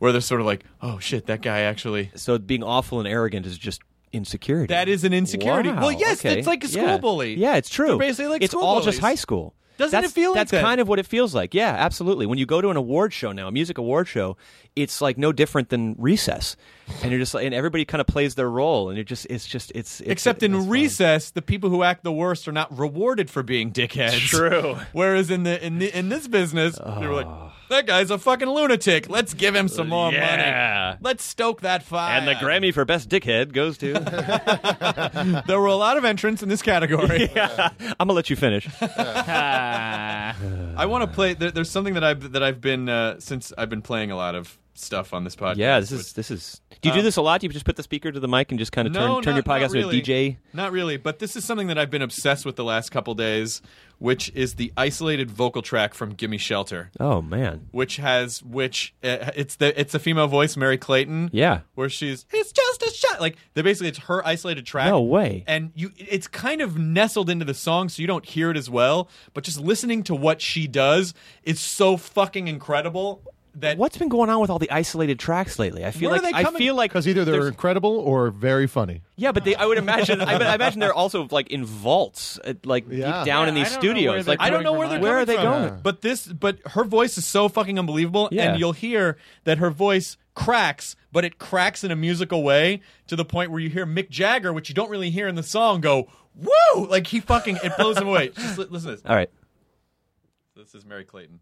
S4: where they're sort of like oh shit that guy actually
S8: so being awful and arrogant is just insecurity.
S4: That is an insecurity.
S8: Wow,
S4: Well, yes,
S8: okay.
S4: it's like a school
S8: yeah.
S4: bully.
S8: Yeah, it's true.
S4: They're basically like
S8: it's
S4: school
S8: all
S4: bullies.
S8: just high school.
S4: Doesn't
S8: that's,
S4: it feel like
S8: that's
S4: that?
S8: kind of what it feels like? Yeah, absolutely. When you go to an award show now, a music award show, it's like no different than recess, and you're just like, and everybody kind of plays their role, and you're just, it's just, it's, it's
S4: Except
S8: it's
S4: in
S8: fun.
S4: recess, the people who act the worst are not rewarded for being dickheads.
S8: True. Ah.
S4: Whereas in the in the, in this business, they're like, that guy's a fucking lunatic. Let's give him some more
S8: Yeah.
S4: money. Let's stoke that fire.
S8: And the Grammy for best dickhead goes to.
S4: there were a lot of entrants in this category.
S8: I'm gonna let you finish.
S4: I want to play. There, there's something that I've that I've been uh, since I've been playing a lot of stuff on this podcast.
S8: Yeah, this
S4: which-
S8: is this is. Do you do this a lot? Do you just put the speaker to the mic and just kind of turn turn your podcast
S4: really.
S8: into a DJ?
S4: Not really, but this is something that I've been obsessed with the last couple days, which is the isolated vocal track from "Gimme Shelter,"
S8: Oh man,
S4: which has which uh, it's the it's a female voice, Mary Clayton.
S8: Yeah.
S4: where she's it's just a shot. Like they basically it's her isolated track.
S8: No way.
S4: And you, it's kind of nestled into the song, so you don't hear it as well. But just listening to what she does is so fucking incredible. That
S8: what's been going on with all the isolated tracks lately? I feel
S4: Where are
S8: like
S4: they
S8: I
S4: coming-
S8: feel like
S6: Because either they're
S8: there's-
S6: incredible or very funny.
S8: Yeah, but they, I would imagine. I, I imagine they're also like in vaults, uh, like
S6: Yeah.
S8: deep down in
S9: Yeah,
S8: these
S9: I don't know where
S8: studios.
S9: they're
S8: Like
S4: I don't know where they're
S8: where
S4: coming
S8: are they
S4: from.
S8: going?
S4: But this, but her voice is so fucking unbelievable,
S8: Yeah.
S4: and you'll hear that her voice cracks, but it cracks in a musical way to the point where you hear Mick Jagger, which you don't really hear in the song, go woo, like he fucking it blows him away. Just li- listen to this.
S8: All right.
S4: This is Mary Clayton.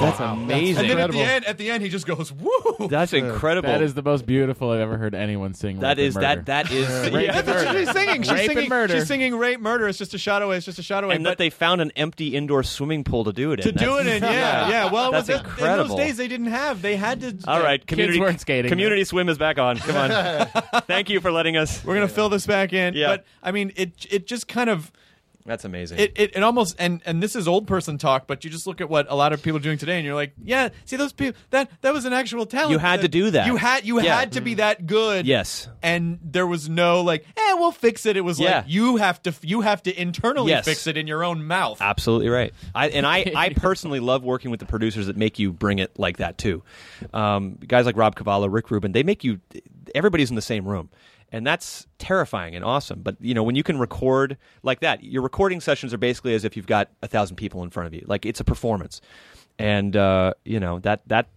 S8: That's
S4: And
S8: amazing.
S4: then at
S6: Incredible.
S4: the end, at the end, he just goes woo.
S8: That's incredible.
S9: That is the most beautiful I've ever heard anyone sing. rape
S8: that is
S9: and
S8: that
S9: murder.
S8: that is
S9: Rape
S8: yeah.
S9: and
S4: That's what
S9: murder.
S4: she's singing. She's
S9: Rape and
S4: singing.
S9: murder.
S4: She's singing rape murder. It's just a shot away. It's just a shot away.
S8: and
S4: but
S8: that they found an empty indoor swimming pool to do it
S4: to
S8: in.
S4: do it in, yeah, yeah. Well, it
S8: That's
S4: was that- in
S8: incredible.
S4: those days they didn't have. They had to. uh,
S8: All right, community
S9: weren't skating.
S8: Community swim is back on. Come on. Thank you for letting us.
S4: We're gonna fill this back in.
S8: Yeah.
S4: But I mean, it it just kind of
S8: That's amazing.
S4: it, it, it almost and and this is old person talk, but you just look at what a lot of people are doing today, and you're like, yeah, see those people that that was an actual talent. Uh,
S8: You had to do that.
S4: You had you
S8: Yeah.
S4: had to be that good.
S8: Yes.
S4: And there was no like, eh, we'll fix it. It was
S8: Yeah.
S4: like you have to you have to internally
S8: Yes.
S4: fix it in your own mouth.
S8: Absolutely right. I, and I, I personally love working with the producers that make you bring it like that too. Um, guys like Rob Cavallo, Rick Rubin, they make you. Everybody's in the same room, and that's terrifying and awesome. But you know when you can record like that, your recording sessions are basically as if you've got a thousand people in front of you. Like it's a performance, and uh, you know that that.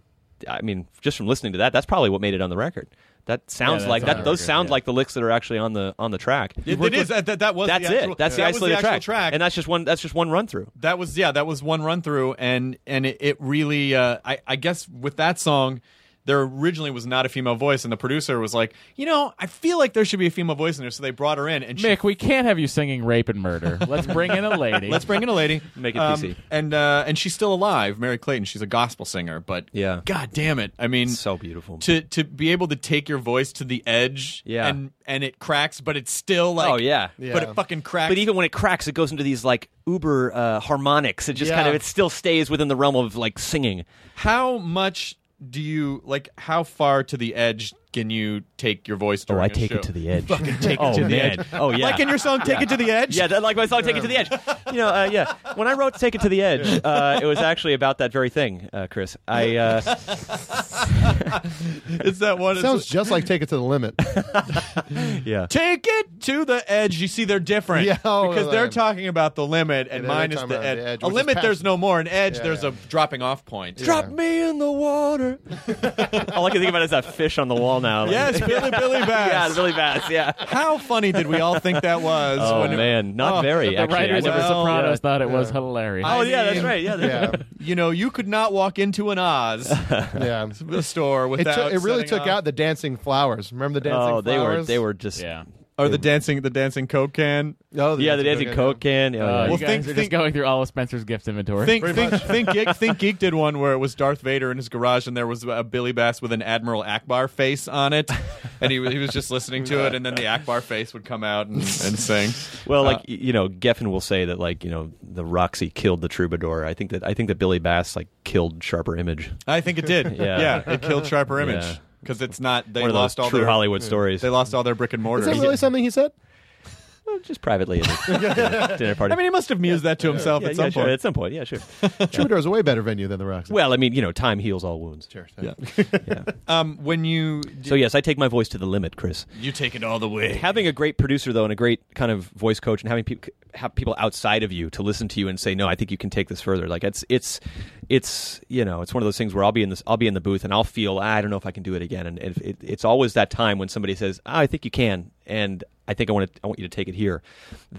S8: I mean, just from listening to that, that's probably what made it on the record. That sounds
S9: that's
S8: like
S9: on
S8: that.
S9: the
S8: Those
S9: record,
S8: sound
S9: yeah.
S8: like the licks that are actually on the on the track.
S4: It, it is that, that that was
S8: that's
S4: the actual,
S8: it. That's
S4: that
S8: the isolated
S4: was the actual
S8: track. and that's just one. That's just one run through.
S4: that was yeah that was one run through and and it, it really uh, I, I guess with that song there originally was not a female voice and the producer was like you know i feel like there should be a female voice in there so they brought her in and she,
S9: Mick, we can't have you singing rape and murder. Let's bring in a lady.
S4: let's bring in a lady
S8: Make it
S4: Um,
S8: PC.
S4: and uh, and she's still alive mary clayton she's a gospel singer but
S8: Yeah.
S4: god damn it i mean
S8: So beautiful.
S4: to to be able to take your voice to the edge
S8: Yeah.
S4: and and it cracks but it's still like
S8: Oh, yeah.
S4: but
S6: Yeah.
S4: it fucking cracks
S8: But even when it cracks, it goes into these like uber uh, harmonics. It just
S6: Yeah.
S8: kind of it still stays within the realm of like singing.
S4: Oh, How much do you like? How far to the edge can you take your
S8: Oh,
S4: voice? During a show?
S8: edge.
S4: Fucking take
S8: oh
S4: it to the
S8: man.
S4: edge.
S8: Oh yeah.
S4: Like in your song, "Take It to the Edge."
S8: yeah, that, like my song "Take It to the Edge." You know, uh, yeah. When I wrote "Take It to the Edge," uh, it was actually about that very thing, uh, Chris. I uh,
S4: it's that one.
S6: It
S4: it's-
S6: sounds just like Take It to the Limit.
S8: yeah.
S4: Take it to the edge. You see, they're different
S6: Yeah, oh,
S4: because
S6: well,
S4: they're
S6: I'm-
S4: talking about the limit, and
S6: Yeah, they're
S4: mine is
S6: talking
S4: the
S6: about
S4: edge.
S6: the edge,
S4: a
S6: which is
S4: limit,
S6: past-
S4: there's no more. An edge,
S6: Yeah,
S4: there's
S6: yeah.
S4: a dropping off point.
S8: Drop me in the water. All I can think about is that fish on the wall now. Like-
S4: Yes, Billy Billy Bass.
S8: yeah, it's really bad. Yeah.
S4: How funny did we all think that was?
S8: Oh
S4: when it-
S8: man, not
S4: Oh,
S8: very.
S9: the
S8: actually, I
S9: writers of
S8: never
S9: The
S4: well,
S9: Sopranos thought it was hilarious.
S8: Oh yeah, that's
S4: mean-
S8: right. Yeah. that's
S6: Yeah,
S4: You know, you could not walk into an Oz
S6: yeah.
S4: store
S6: It,
S4: without.
S6: took, it really
S4: setting
S6: took
S4: off-
S6: out the dancing flowers. Remember the dancing
S8: Oh,
S6: flowers?
S8: they were they were just
S9: Yeah.
S4: Or the dancing, the dancing coke can.
S6: Oh,
S8: yeah, the dancing Coke can. Yeah,
S9: Uh,
S8: yeah.
S9: you
S4: Well,
S9: guys
S4: think-
S9: are just
S4: think-
S9: going through all of Spencer's gift inventory.
S4: Think,
S6: Pretty
S4: think,
S6: much.
S4: think, Geek, think Geek did one where it was Darth Vader in his garage, and there was a Billy Bass with an Admiral Akbar face on it, and he he was just listening to it, and then the Akbar face would come out and, and sing.
S8: Well, like y you know, Geffen will say that like you know the Roxy killed the Troubadour. I think that I think that Billy Bass like killed Sharper Image.
S4: I think it did.
S8: Yeah.
S4: yeah, it killed Sharper
S8: Yeah.
S4: Image because it's not they
S8: One of those
S4: lost all
S8: true
S4: their
S8: Hollywood stories.
S4: They lost all their brick and mortar.
S6: Is that really something he said?
S8: Well, just privately at a dinner- dinner party.
S4: I mean, he must have mused that to himself
S8: yeah,
S4: at some
S8: yeah, sure,
S4: point.
S8: at some point, yeah, sure.
S6: Troubadour is a way better venue than the Roxy.
S8: well, I mean, you know, time heals all wounds.
S6: Sure.
S4: Um, when you
S8: So yes, I take my voice to the limit, Chris.
S4: you take it all the way.
S8: Having a great producer though, and a great kind of voice coach, and having people have people outside of you to listen to you and say, "No, I think you can take this further." Like it's it's it's you know, it's one of those things where I'll be in this, I'll be in the booth, and I'll feel "Ah, I don't know if I can do it again, and it, it, it's always that time when somebody says, Ah, "I think you can," and I think I want to, I want you to take it here,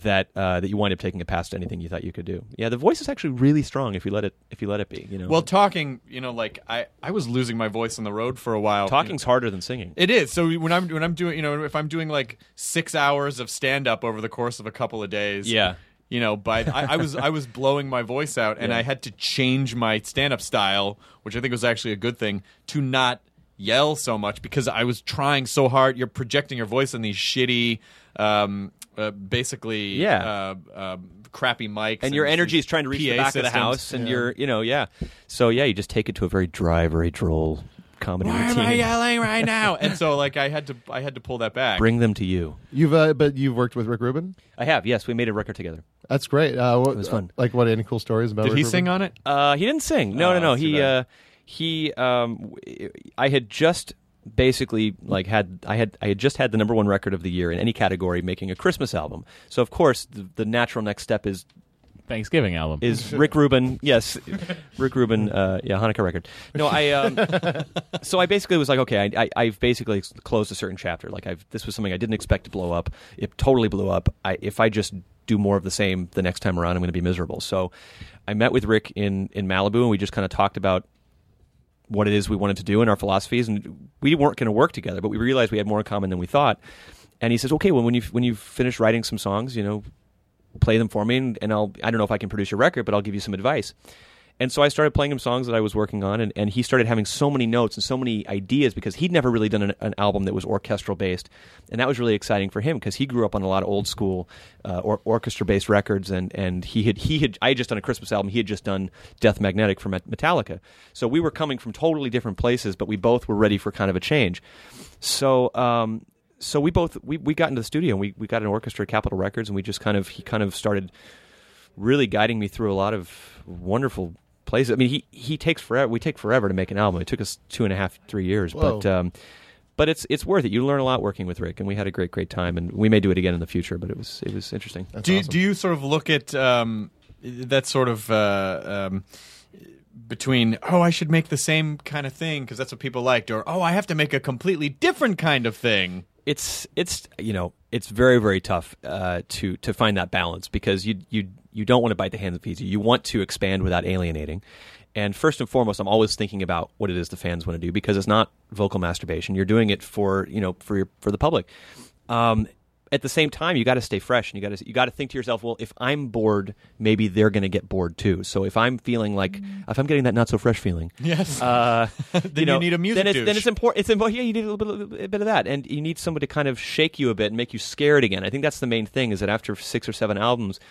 S8: that uh, that you wind up taking it past anything you thought you could do. Yeah, the voice is actually really strong if you let it if you let it be. You know,
S4: Well, talking, you know, like I, I was losing my voice on the road for a while.
S8: talking's harder than singing.
S4: It is. So when I'm when I'm doing, you know, if I'm doing like six hours of stand up over the course of a couple of days,
S8: Yeah.
S4: You know, by I, I was I was blowing my voice out, and I had to change my stand up style, which I think was actually a good thing, to not yell so much because I was trying so hard. You're projecting your voice on these shitty, um, uh, basically,
S8: Yeah.
S4: uh, um crappy mics,
S8: and your
S4: these
S8: energy is trying to reach
S4: PA
S8: the back of
S4: systems.
S8: the house, and you're, you know, yeah. So yeah, you just take it to a very dry, very droll comedy
S4: Why am
S8: routine.
S4: I
S8: and
S4: yelling right now? And so like I had to I had to pull that back.
S8: Bring them to you.
S6: You've uh, but you've worked with Rick Rubin.
S8: I have, yes. We made a record together.
S6: That's great. Uh, what, it
S8: was fun.
S6: Like what? Any cool stories about?
S4: Did
S6: Rick
S4: he
S6: Rubin?
S4: sing on it?
S8: Uh, he didn't sing. No, no, no.
S4: Oh, that's too
S8: He
S4: bad.
S8: uh, he. Um, w- I had just basically like had I had I had just had the number one record of the year in any category, making a Christmas album. So of course, the, the natural next step is
S9: Thanksgiving album.
S8: is Rick Rubin. Yes, Rick Rubin. Uh, yeah, Hanukkah record. No, I. Um, so I basically was like, okay, I, I, I've basically closed a certain chapter. Like, I've this was something I didn't expect to blow up. It totally blew up. I, if I just do more of the same the next time around, I'm going to be miserable. So, I met with Rick in in Malibu, and we just kind of talked about what it is we wanted to do and our philosophies. And we weren't going to work together, but we realized we had more in common than we thought. And he says, okay, well, when you when you finish writing some songs, you know, play them for me, and, and I'll I don't know if I can produce your record, but I'll give you some advice. And so I started playing him songs that I was working on, and, and he started having so many notes and so many ideas because he'd never really done an, an album that was orchestral based, and that was really exciting for him because he grew up on a lot of old school uh, or, orchestra based records, and, and he had he had I had just done a Christmas album, he had just done Death Magnetic for Met- Metallica, so we were coming from totally different places, but we both were ready for kind of a change. So um, so we both we, we got into the studio and we, we got an orchestra at Capitol Records and we just kind of he kind of started really guiding me through a lot of wonderful places. I mean he he takes forever we take forever to make an album. It took us two and a half, three years. But
S6: Whoa.
S8: um but it's it's worth it. You learn a lot working with Rick and we had a great, great time and we may do it again in the future, but it was it was interesting.
S6: That's
S4: do you,
S6: awesome.
S4: do you sort of look at um, that sort of uh, um, between oh I should make the same kind of thing because that's what people liked or oh I have to make a completely different kind of thing.
S8: it's it's you know it's very very tough uh, to to find that balance because you you you don't want to bite the hand that feeds you. You want to expand without alienating. And first and foremost, I'm always thinking about what it is the fans want to do because it's not vocal masturbation. You're doing it for you know for your, for the public. Um, at the same time, you got to stay fresh and you got to you got to think to yourself, well, if I'm bored, maybe they're going to get bored too. So if I'm feeling like if I'm getting that not so fresh feeling,
S4: Yes.
S8: uh,
S4: Then you need a music
S8: Then it's, then
S4: douche.
S8: it's important. It's important. Yeah, you need a little bit, a bit of that, and you need somebody to kind of shake you a bit and make you scared again. I think that's the main thing. Is that after six or seven albums,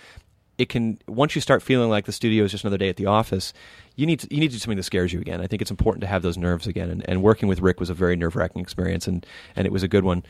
S8: it can once you start feeling like the studio is just another day at the office, you need to, you need to do something that scares you again. I think it's important to have those nerves again. And, and working with Rick was a very nerve wracking experience, and and it was a good one.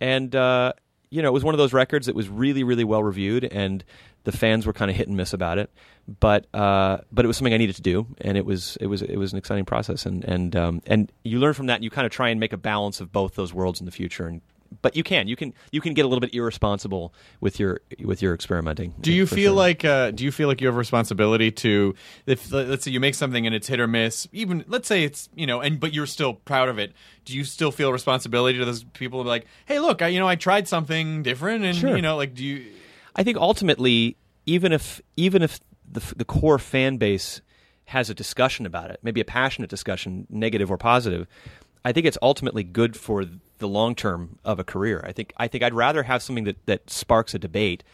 S8: And uh, you know, it was one of those records that was really, really well reviewed, and the fans were kind of hit and miss about it. But uh, but it was something I needed to do, and it was it was it was an exciting process, and and um, and you learn from that, and you kind of try and make a balance of both those worlds in the future, and. But you can you can you can get a little bit irresponsible with your with your experimenting.
S4: Do you
S8: for
S4: feel
S8: sure.
S4: like uh, do you feel like you have a responsibility to if let's say you make something and it's hit or miss even let's say it's you know and but you're still proud of it do you still feel responsibility to those people to be like hey look I, you know I tried something different and
S8: Sure.
S4: you know like do you
S8: I think ultimately, even if even if the the core fan base has a discussion about it, maybe a passionate discussion, negative or positive, I think it's ultimately good for the long term of a career. I think I think I'd rather have something that that sparks a debate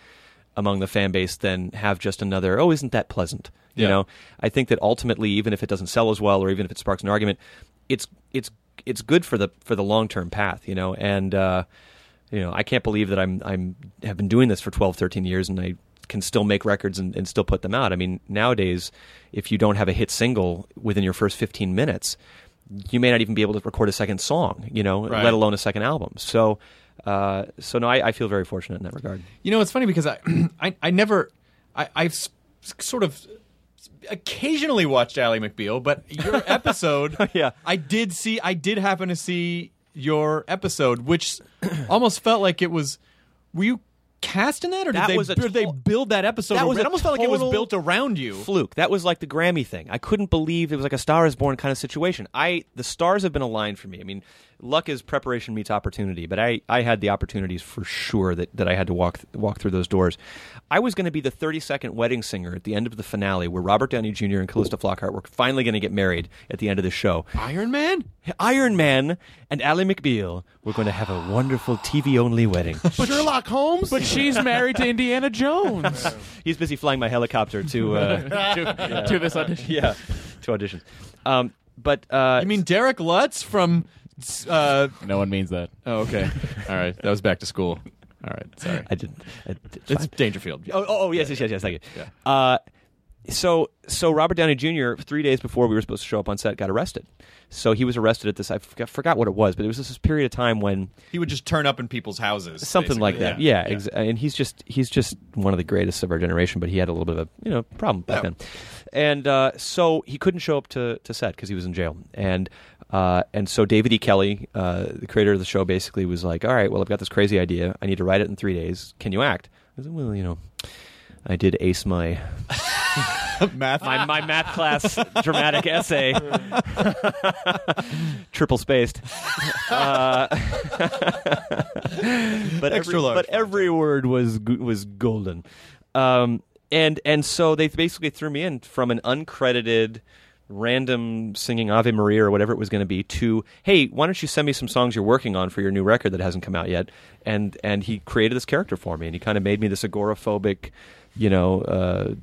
S8: among the fan base than have just another oh isn't that pleasant you
S4: Yeah.
S8: know i think that ultimately even if it doesn't sell as well or even if it sparks an argument it's it's it's good for the for the long term path you know and uh you know i can't believe that i'm i'm have been doing this for 12 13 years and i can still make records and, and still put them out i mean nowadays if you don't have a hit single within your first 15 minutes you may not even be able to record a second song you know
S4: Right.
S8: let alone a second album so uh, so no I, I feel very fortunate in that regard
S4: You know, it's funny because I, I, I never, I, I've s- sort of occasionally watched Ally McBeal, but your episode, yeah, I did see, I did happen to see your episode, which almost felt like it was. Were you cast in that, or
S8: That
S4: did they,
S8: was a
S4: did they build that episode?
S8: that
S4: over-
S8: was
S4: it
S8: a
S4: almost felt like it was
S8: total
S4: built around you.
S8: Fluke. That was like the Grammy thing. I couldn't believe it was like a Star is Born kind of situation. I the stars have been aligned for me. I mean, luck is preparation meets opportunity, but I, I had the opportunities for sure that, that I had to walk walk through those doors. I was going to be the 32nd wedding singer at the end of the finale where Robert Downey Jr. and Callista Flockhart were finally going to get married at the end of the show.
S4: Iron Man.
S8: Iron Man and Ally McBeal were going to have a wonderful TV only wedding.
S6: Sherlock Holmes?
S9: But she's married to Indiana Jones.
S8: He's busy flying my helicopter to uh,
S9: To-
S8: yeah.
S9: to this audition.
S8: Yeah, to auditions. Um, but uh,
S4: I mean, Derek Lutz from. Uh,
S9: no one means that.
S4: Oh, okay. All right, that was back to school. All right, sorry.
S8: I didn't. I, it's
S4: It's
S8: fine.
S4: Dangerfield.
S8: Oh, oh, oh, yes, yes, yes, yes. Thank you. Uh, so, so Robert Downey Jr. Three days before we were supposed to show up on set, got arrested. So he was arrested at this. I forgot, forgot what it was, but it was this period of time when
S4: He would just turn up in people's houses,
S8: something like
S4: basically.
S8: that. Yeah, ex- and he's just he's just one of the greatest of our generation, but he had a little bit of a you know problem back
S4: Yeah.
S8: then, and uh, so he couldn't show up to to set because he was in jail, and uh, and so David E. Kelly, uh, the creator of the show, basically was like, all right, well I've got this crazy idea, I need to write it in three days. Can you act? I said, well, you know. I did ace my
S4: math.
S8: my, my math class dramatic essay, triple spaced. Uh,
S4: Extra
S8: but every,
S4: large
S8: but every word was g- was golden. Um, and and so they basically threw me in from an uncredited random singing Ave Maria or whatever it was going to be to hey why don't you send me some songs you're working on for your new record that hasn't come out yet and and he created this character for me and he kind of made me this agoraphobic you know uh,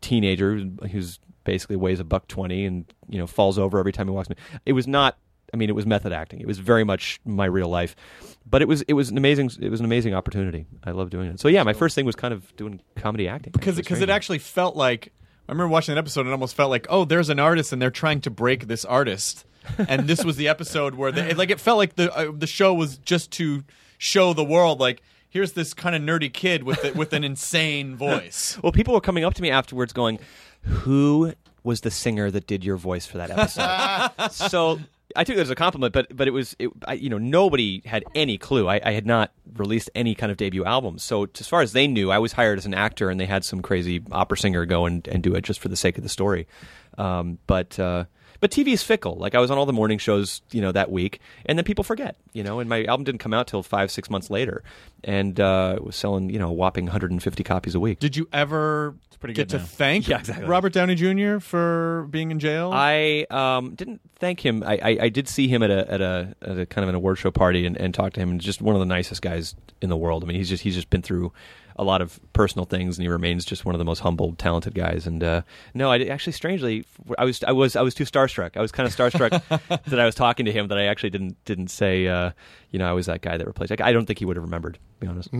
S8: teenager who's- who's basically weighs a buck 20 and you know falls over every time he walks in. it was not I mean, it was method acting. It was very much my real life, but it was it was an amazing it was an amazing opportunity. I love doing it. So yeah, my first thing was kind of doing comedy acting
S4: because because it actually felt like I remember watching that episode and it almost felt like oh there's an artist and they're trying to break this artist and this was the episode where they, like it felt like the uh, the show was just to show the world like here's this kind of nerdy kid with the, with an insane voice
S8: Well, people were coming up to me afterwards going, "Who was the singer that did your voice for that episode?" so I took it as a compliment, but but it was it, I, you know nobody had any clue. I, I had not released any kind of debut album, so t- as far as they knew, I was hired as an actor, and they had some crazy opera singer go and, and do it just for the sake of the story. Um, but uh, but TV is fickle. Like I was on all the morning shows, you know, that week, and then people forget, you know. And my album didn't come out till five six months later, and uh, it was selling you know a whopping 150 copies a week.
S4: did you ever
S9: pretty
S4: get
S9: good
S4: to
S9: now.
S4: thank
S8: Yeah, exactly.
S4: Robert Downey Jr. for being in jail
S8: I um, didn't thank him. I, I, I did see him at a at a at a kind of an award show party and, and talk to him. And just one of the nicest guys in the world. I mean, he's just he's just been through a lot of personal things, and he remains just one of the most humble, talented guys. And uh, no, I did- actually strangely, I was I was I was too starstruck. I was kind of starstruck that I was talking to him that I actually didn't didn't say uh, you know I was that guy that replaced. Like, I don't think he would have remembered. To be honest.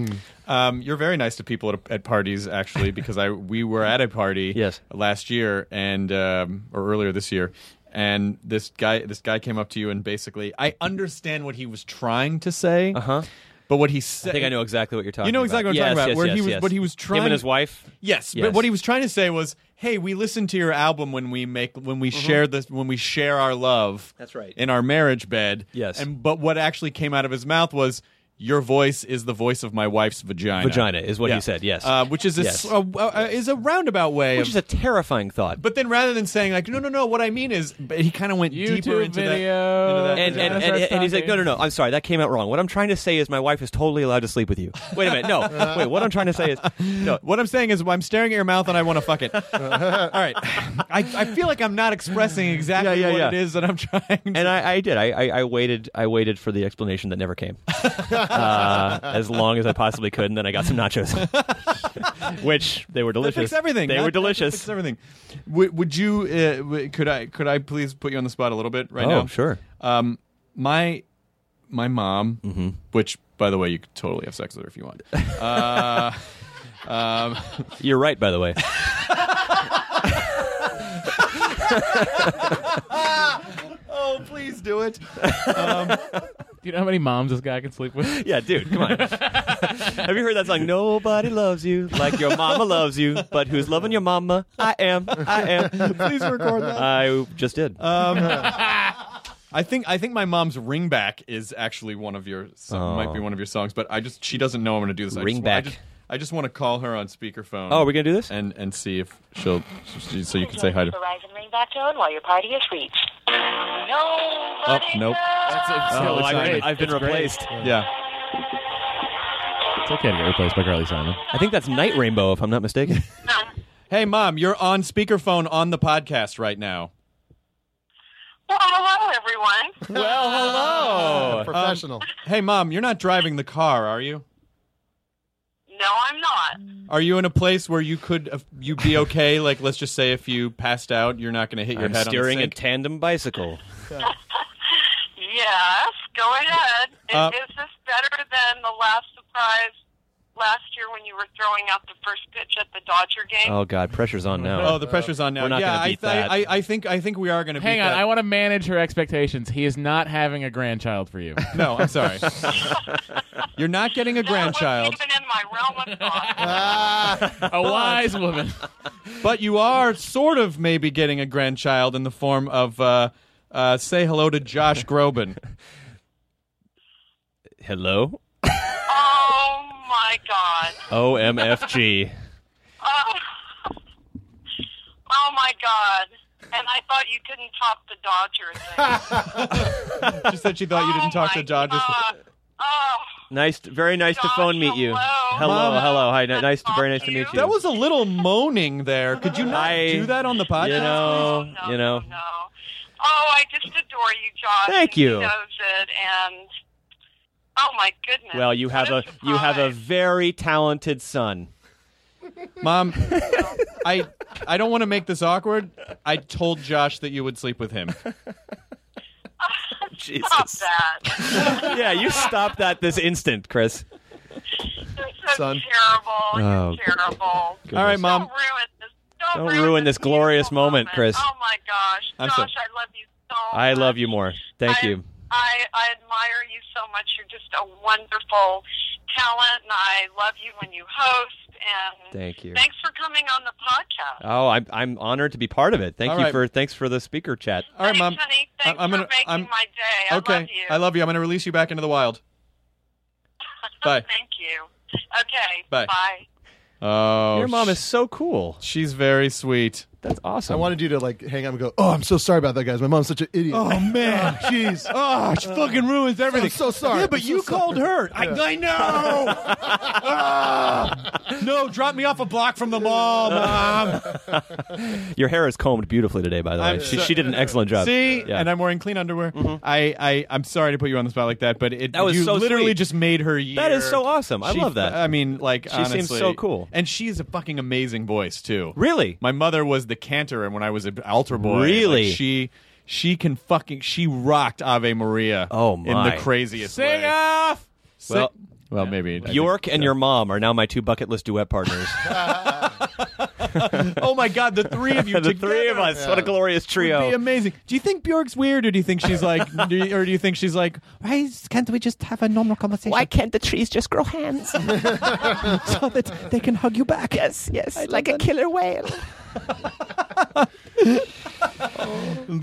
S4: Um, you're very nice to people at, at parties, actually, because I we were at a party
S8: Yes.
S4: last year and um, or earlier this year, and this guy this guy came up to you and basically I understand what he was trying to say,
S8: Uh-huh.
S4: but what he said
S8: I think I know exactly what you're talking.
S4: you know
S8: about.
S4: exactly what I'm
S8: Yes,
S4: talking about.
S8: yes,
S4: where
S8: yes,
S4: he was,
S8: yes.
S4: what he was trying.
S8: Him and his wife.
S4: Yes,
S8: Yes.
S4: but what he was trying to say was, "Hey, we listen to your album when we make when we share this when we share our love.
S8: Mm-hmm. That's right.
S4: in our marriage bed.
S8: Yes.
S4: and but what actually came out of his mouth was." your voice is the voice of my wife's vagina.
S8: Vagina is what he said, yes.
S4: Uh, which is a,
S8: Yes.
S4: s- uh, uh, is a roundabout way.
S8: Which
S4: of-
S8: is a terrifying thought.
S4: but then rather than saying like no no no, what I mean is, but he kind of went deeper
S9: YouTube
S4: into
S9: video.
S4: that.
S8: and,
S4: into that
S8: and,
S9: That's
S8: and,
S9: our
S8: and he's like, no, no,
S9: talking.
S8: no. I'm sorry, that came out wrong. What I'm trying to say is my wife is totally allowed to sleep with you. Wait a minute, no. Wait, what I'm trying to say is, no.
S4: What I'm saying is, I'm staring at your mouth and I want to fuck it. All right, I, I feel like I'm not expressing exactly
S8: Yeah, yeah,
S4: what
S8: yeah.
S4: it is that I'm trying. to...
S8: And I, I did. I, I, I waited. I waited for the explanation that never came, uh, as long as I possibly could, and then I got some nachos, which they were
S4: That
S8: delicious.
S4: fixed everything.
S8: They
S4: That-
S8: were
S4: that
S8: delicious.
S4: fixed everything. Would, would you? Uh, w- could I? Could I please put you on the spot a little bit right now?
S8: Oh, sure.
S4: Um, my my mom,
S8: Mm-hmm.
S4: which by the way, you could totally have sex with her if you want. Uh, um,
S8: You're right, by the way.
S4: oh, please do it.
S9: Um, Do you know how many moms this guy can sleep with?
S8: yeah, dude, come on. Have you heard that song? Nobody loves you like your mama loves you, but who's loving your mama? I am. I am. Please record that. Uh, I just did.
S4: I think I think my mom's "Ring Back" is actually one of your song, might
S9: Oh.
S4: be one of your songs, but I just she doesn't know I'm going to do this. I
S8: Ring
S4: just, wa- I
S8: Back.
S4: just, I just want to call her on speakerphone.
S8: oh, are we gonna do this?
S4: and and see if she'll she, so you can say hi to.
S11: Verizon ringback tone while your party is reached.
S4: Oh
S11: Nobody
S4: nope.
S9: That's it's
S8: Oh,
S9: it's
S8: I've,
S9: great.
S8: been, I've been
S9: It's great.
S8: replaced.
S4: Yeah.
S9: It's okay to get replaced by Carly Simon.
S8: I think that's Night Rainbow, if I'm not mistaken.
S4: Hey mom, you're on speakerphone on the podcast right now.
S11: Well, hello, everyone.
S8: well, hello.
S6: Professional.
S4: Hey mom, you're not driving the car, are you?
S11: No, I'm not.
S4: Are you in a place where you could uh, you be okay? like let's just say if you passed out, you're not going to hit your
S8: I'm
S4: head
S8: steering
S4: on
S8: a
S4: the sink.
S8: tandem bicycle.
S11: Yes, go ahead. Is,
S4: Uh,
S11: is this better than the last surprise last year when you were throwing out the first pitch at the Dodger game?
S8: Oh God, pressure's on now.
S4: Oh, the pressure's on now.
S8: We're not
S4: yeah,
S8: gonna beat
S4: I,
S8: that.
S4: I, I think I think we are going to beat
S9: Hang on,
S4: that.
S9: I want to manage her expectations. He is not having a grandchild for you.
S4: No, I'm sorry. You're not getting a grandchild,
S11: That wasn't even in my realm of thought.
S9: a wise woman.
S4: but you are sort of maybe getting a grandchild in the form of uh, uh, say hello to Josh Groban.
S8: Hello,
S11: oh my God.
S8: OMFG.
S11: Oh, oh my God. And I thought you couldn't top the Dodgers. thing.
S4: she said she thought you didn't talk
S11: Oh,
S4: to
S11: my
S4: Dodgers.
S11: God. Oh.
S8: nice, very nice to phone meet you.
S11: Hello.
S8: hello,
S11: Mom.
S8: hello. Hi,
S11: Good
S8: ni- nice,
S11: to
S8: very
S11: talk
S8: nice to
S11: to
S8: meet
S11: you.
S8: you.
S4: That was a little moaning there. Could you not
S8: I-
S4: do that on the podcast?
S8: You know,
S11: No, no,
S8: you know.
S11: No. Oh, I just adore you, Josh.
S8: Thank
S11: and he
S8: you.
S11: knows it, and oh my goodness.
S8: Well, you have a
S11: What
S8: you have a
S11: surprise.
S8: very talented son.
S4: Mom, I I don't want to make this awkward. I told Josh that you would sleep with him.
S11: Stop
S8: Jesus.
S11: that.
S8: yeah, you stop that this instant, Chris.
S11: You're so
S6: Son.
S11: terrible.
S8: Oh,
S11: You're terrible.
S4: All right,
S11: Don't
S4: Mom.
S11: ruin this. Don't,
S8: Don't ruin this glorious
S11: beautiful
S8: moment, Chris.
S11: Oh my gosh,
S4: I'm
S11: Josh,
S4: so-
S11: I love you so.
S8: I
S11: much.
S8: love you more. Thank
S11: I,
S8: you.
S11: I, I admire you so much. You're just a wonderful talent, and I love you when you host. And
S8: Thank you.
S11: Thanks for coming on the podcast.
S4: Uh,
S8: Oh, I'm I'm honored to be part of it. Thank
S4: All
S8: you
S4: right.
S8: for thanks for the speaker chat.
S4: All right,
S11: Thanks,
S4: Mom.
S11: honey.
S4: I-
S11: Thanks
S4: I'm gonna-
S11: for making
S4: I'm-
S11: my day. I
S4: okay,
S11: love you.
S4: I love you. I'm going to release you back into the wild. Bye.
S11: Oh, Thank you. Okay.
S4: Bye.
S11: Bye.
S4: Oh,
S8: Your mom is so cool.
S4: She's very sweet.
S8: That's awesome.
S6: I wanted you to like hang up and go. Oh, I'm so sorry about that, guys. My mom's such an idiot.
S4: Oh man, jeez. Oh, she fucking ruins everything.
S6: I'm so sorry.
S4: Yeah, but
S6: I'm
S4: you
S6: so
S4: called her. I, I know. Ah. no, drop me off a block from the mall, mom.
S8: Your hair is combed beautifully today, by the way.
S4: I'm
S8: she,
S4: so-
S8: she did an excellent job.
S4: See,
S8: Yeah. Mm-hmm.
S4: and I'm wearing clean underwear. I, I, I'm sorry to put you on the spot like that, but it
S8: That was
S4: you
S8: so
S4: literally
S8: sweet.
S4: just made her year.
S8: That is so awesome. I
S4: She-
S8: love that.
S4: I mean, like,
S8: She seems
S4: honestly.
S8: so cool.
S4: and she's a fucking amazing voice too.
S8: Really?
S4: My mother was the cantor, and when I was an altar boy,
S8: Really?
S4: like, she. She can fucking she rocked Ave Maria.
S8: Oh,
S4: In
S8: my.
S4: the craziest
S9: Sing
S4: way.
S9: off!
S4: Sing-
S8: Well-
S4: well, maybe I
S8: York and your mom are now my two bucket list duet partners.
S4: think- Oh my God, the three of you
S8: the
S4: together
S8: three of us. What a glorious
S4: would be
S8: trio.
S4: amazing. Do you think Bjork's weird, or do you think she's like, do you- or do you think she's like,
S10: Why can't we just have a normal conversation?
S11: Why can't the trees just grow hands?
S10: so that they can hug you back? Yes, yes, like a killer whale.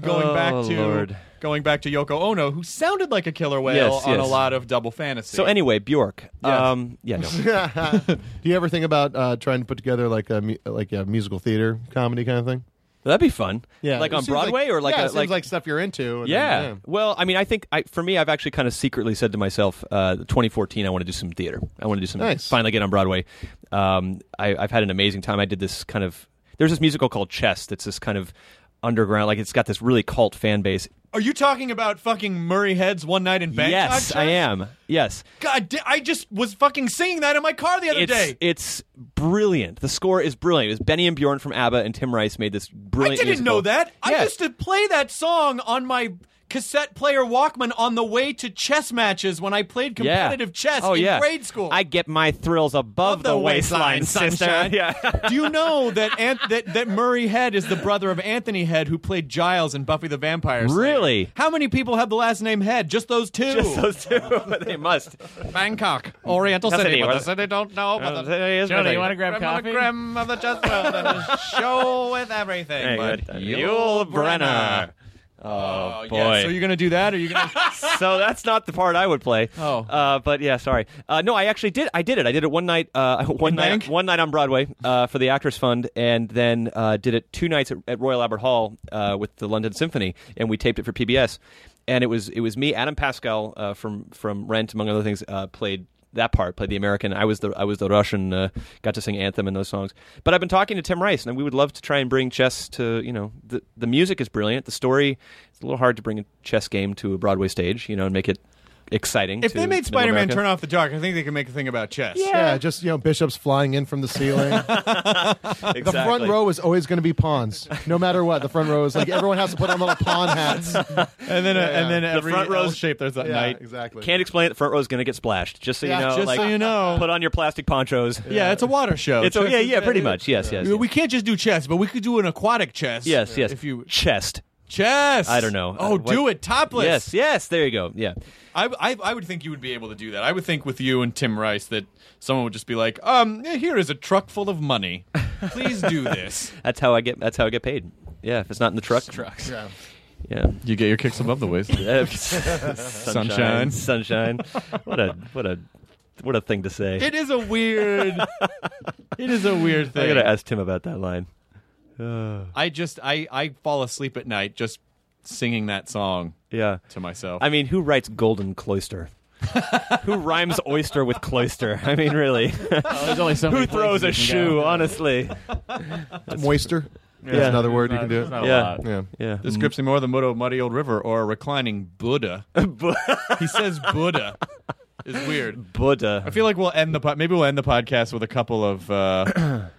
S4: going back
S8: Oh,
S4: to
S8: Lord.
S4: going back to Yoko Ono, who sounded like a killer whale
S8: Yes,
S4: on
S8: yes.
S4: a lot of double fantasy.
S8: So anyway, Bjork.
S4: Yes.
S8: Um, yeah, no.
S6: Do you ever think about uh, trying to put together like a mu- like a musical theater comedy kind of thing?
S8: That'd be fun.
S6: Yeah,
S8: like
S6: it
S8: on
S6: seems
S8: Broadway or like
S6: yeah,
S8: a-
S6: it seems
S8: like-
S6: like stuff you're into. and then,
S8: Yeah. Well, I mean, I think I, for me, I've actually kind of secretly said to myself, uh, 2014, I want to do some theater. I want to do some.
S6: Nice.
S8: Finally, get on Broadway. Um, I, I've had an amazing time. I did this kind of. There's this musical called Chess. That's this kind of underground. Like it's got this really cult fan base.
S4: Are you talking about fucking Murray Heads one night in Bangkok?
S8: yes,
S4: Chuck?
S8: I am. Yes.
S4: God, di- I just was fucking singing that in my car the other
S8: it's,
S4: day.
S8: It's brilliant. The score is brilliant. It was Benny and Bjorn from ABBA and Tim Rice made this
S4: I
S8: brilliant.
S4: didn't
S8: musical.
S4: know that. I
S8: Yeah.
S4: used to play that song on my cassette player Walkman on the way to chess matches when I played
S8: Yeah.
S4: competitive chess
S8: oh,
S4: in
S8: yeah.
S4: grade school.
S8: I get my thrills above the, waistline, sister.
S4: sunshine.
S8: Yeah.
S4: Do you know that, Ant- that that Murray Head is the brother of Anthony Head, who played Giles in Buffy the Vampire Slayer?
S8: Really?
S4: How many people have the last name Head? Just those two.
S8: Just those two. they must.
S4: Bangkok, Oriental
S8: Nothing
S4: City.
S8: here.
S4: What the city don't know. But the
S8: Nothing Uh, is nothing.
S4: Grandma
S9: coffee?
S4: Grimm of the chess world and a show with everything.
S8: Hey,
S4: but
S8: good.
S4: Yul
S8: Yul Brynner. Oh,
S4: Oh,
S8: boy.
S4: yeah, so you're gonna do that, or you're gonna?
S8: so that's not the part I would play.
S4: Oh.
S8: uh, but yeah, sorry. Uh, no, I actually did. I did it. I did it one night. Uh, one
S4: In
S8: night.
S4: Bank?
S8: One night on Broadway uh, for the Actors Fund, and then uh, did it two nights at, at Royal Albert Hall uh, with the London Symphony, and we taped it for PBS. And it was it was me, Adam Pascal uh, from from Rent, among other things, uh, played that part played the American. I was the I was the Russian. Uh, got to sing anthem and those songs. But I've been talking to Tim Rice, and we would love to try and bring chess to you know the the music is brilliant. The story it's a little hard to bring a chess game to a Broadway stage, you know, and make it exciting.
S4: If
S8: to
S4: they made
S8: middle
S4: Spider-Man
S8: America.
S4: turn off the dark, I think they could make a thing about chess.
S6: Yeah. just you know, bishops flying in from the ceiling. The front
S8: Exactly.
S6: row is always going to be pawns, no matter what. The front row is like everyone has to put on little pawn hats.
S4: and then and then every
S8: front
S4: L
S8: rows-
S4: shape there's that
S6: Yeah,
S4: night.
S6: exactly.
S8: Can't explain it. The front row is going to get splashed. Just so
S6: Yeah,
S8: you know.
S4: just
S8: like,
S4: so you know.
S8: Put on your plastic ponchos.
S4: Yeah, it's a water show.
S8: It's a,
S4: Chess
S8: yeah,
S4: is-
S8: yeah, pretty much. Yes, yes.
S4: We can't just do chess, but we could do an aquatic chess. uh,
S8: Yes, yes.
S4: If you
S8: Chest.
S4: chess,
S8: I don't know.
S4: Oh,
S8: Uh, what-
S4: do it topless.
S8: Yes, yes. There you go. Yeah.
S4: I, I I would think you would be able to do that. I would think with you and Tim Rice that someone would just be like, um, here is a truck full of money. Please do this.
S8: That's how I get. That's how I get paid. Yeah, if it's not in the truck.
S4: Trucks.
S6: Yeah.
S8: Yeah.
S4: You get your kicks above the waist.
S8: Uh, sunshine, sunshine. What a what a what a thing to say.
S4: It is a weird. it is a weird
S8: I
S4: thing.
S8: gotta ask Tim about that line. Uh,
S4: I just I I fall asleep at night just singing that song
S8: yeah.
S4: to myself.
S8: I mean, who writes golden cloister? who rhymes oyster with cloister? I mean, really.
S9: Oh, There's only so
S8: who
S9: many
S8: throws a
S9: places you can
S8: shoe?
S9: go.
S8: Honestly.
S6: Moister. That's
S8: Yeah.
S6: another word you can
S9: Not-
S6: do.
S9: it's not a
S8: Yeah.
S9: lot.
S6: Yeah.
S8: Yeah.
S6: Mm.
S4: This grips me more than Mudo Muddy Old River or a reclining Buddha. he says Buddha. is weird. I
S8: Buddha.
S4: feel like we'll end the pod. Maybe we'll end the podcast with a couple of. Uh,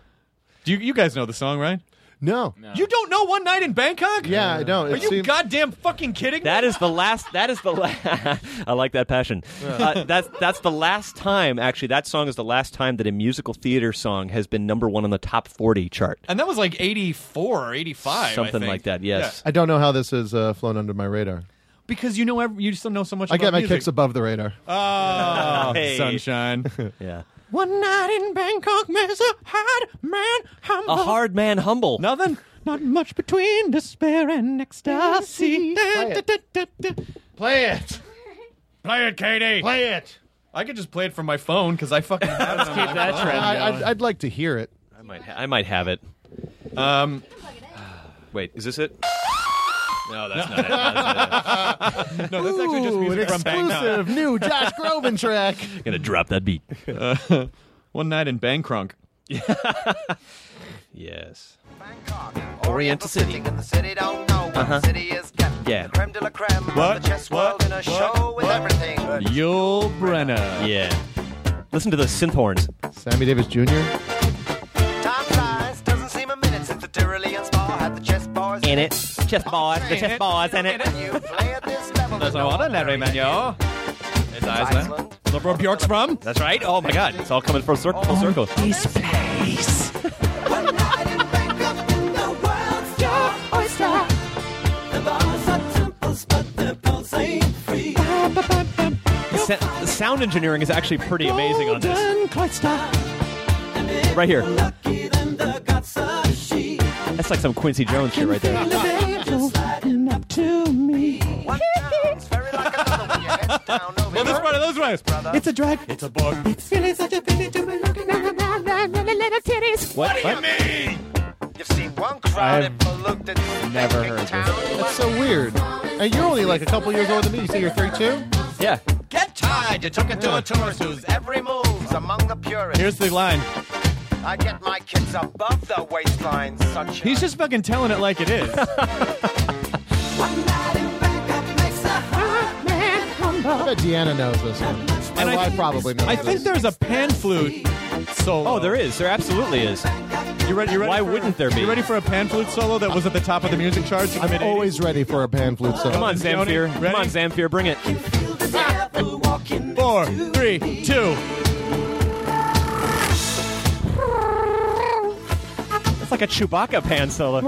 S4: do you, you guys know the song, right?
S6: No.
S4: You don't know One Night in Bangkok?
S6: Yeah, I don't.
S4: Are
S6: It
S4: you
S6: seemed-
S4: goddamn fucking kidding?
S8: That is the last. That is the. La- I like that passion. Uh, that's that's the last time. Actually, that song is the last time that a musical theater song has been number one on the top forty chart.
S4: and that was like eighty four or eighty five,
S8: Something like that. Yes.
S6: I don't know how this has uh, flown under my radar.
S4: because you know every, you still know so much.
S6: I
S4: about
S6: get my
S4: music.
S6: kicks above the radar.
S4: Oh,
S8: Hey.
S4: sunshine.
S8: Yeah.
S4: One night in Bangkok makes a hard man humble.
S8: A hard man humble.
S4: Nothing. Not much between despair and ecstasy.
S6: Play it. Play it.
S4: Play it, Katie.
S6: Play it.
S4: I could just play it from my phone because I fucking have it. on
S9: Keep
S4: my
S9: that
S6: I,
S9: trend
S6: I'd, I'd like to hear it.
S8: I might. Ha- I might have it.
S4: phone. Um,
S8: Wait. Is this it? No, that's not it.
S4: no, that's actually just
S6: Ooh,
S4: music
S6: an
S4: from Bangkok.
S6: exclusive new Josh Groban track.
S8: I'm gonna drop that beat.
S4: One night in Bangkok.
S8: Yes.
S12: Oriental City. And the city don't know what the city is getting.
S8: Uh-huh. Yeah.
S12: Creme de la creme. of
S4: Uh-huh. What?
S12: The chess
S4: What?
S12: world in a
S4: What?
S12: show with
S4: What?
S12: everything.
S4: Yul Brenner.
S8: Yeah. Listen to those synth horns.
S6: Sammy Davis Jr.
S12: Time flies. Doesn't seem a minute since the Tyrolean spa had the chess boys
S8: In it. Chess boys. The chess boys Oh, in it.
S12: And you play at this level.
S4: That's
S12: to
S4: no
S12: know
S4: other Larry Manyo. It's Iceland.
S12: Iceland.
S4: Look where Bjork's from. Oh.
S8: That's right. Oh my God! It's all coming full circle. Full circle.
S10: This place.
S12: One night in Bangkok, the world's your oyster. The bars are temples, but the pulse ain't free.
S8: The, sa- the sound engineering is actually pretty amazing on this. Right here.
S12: Lucky than the gods are she.
S8: That's like some Quincy Jones shit right there.
S10: Sliding up to me.
S4: Well, this one, those ones.
S10: It's a drag.
S4: It's a book.
S10: It's feeling such a feeling to be looking at little titties.
S4: What? What?
S10: mean?
S13: You've seen one
S6: I've
S13: polluted.
S6: never heard this. That's so weird. And you're only like a couple years older than me. You say you're 32?
S8: Yeah.
S13: Get tired. You took it to a tourist whose every move's among the purists.
S4: Here's the line.
S13: I get my kids above the waistline, such
S4: He's just fucking telling it like it is.
S6: I bet Deanna knows this one. And I, probably knows
S4: I
S6: this.
S4: think there's a pan flute solo.
S8: Oh, there is. There absolutely is.
S4: You ready? You ready
S8: Why
S4: for-
S8: wouldn't there be?
S4: You ready for a pan flute solo that was at the top of the music charts? in the
S6: I'm
S4: mid-eighties?
S6: always ready for a pan flute solo.
S8: Come on, Zamfir.
S4: Ready?
S8: Come on, Zamfir. Bring it.
S4: Four, three, two.
S8: It's like a Chewbacca pan solo.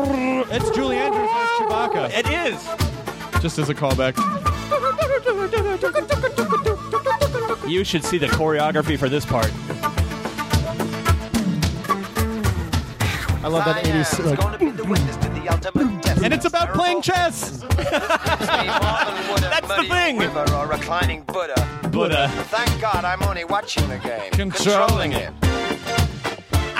S4: It's Julie Andrews as Chewbacca.
S8: It is.
S4: Just as a callback.
S8: You should see the choreography for this part.
S6: I love that 80s. Like,
S4: And it's about playing chess.
S13: That's
S8: the thing.
S13: River or reclining Buddha.
S8: Buddha.
S13: Thank God I'm only watching the game.
S4: Controlling
S13: it.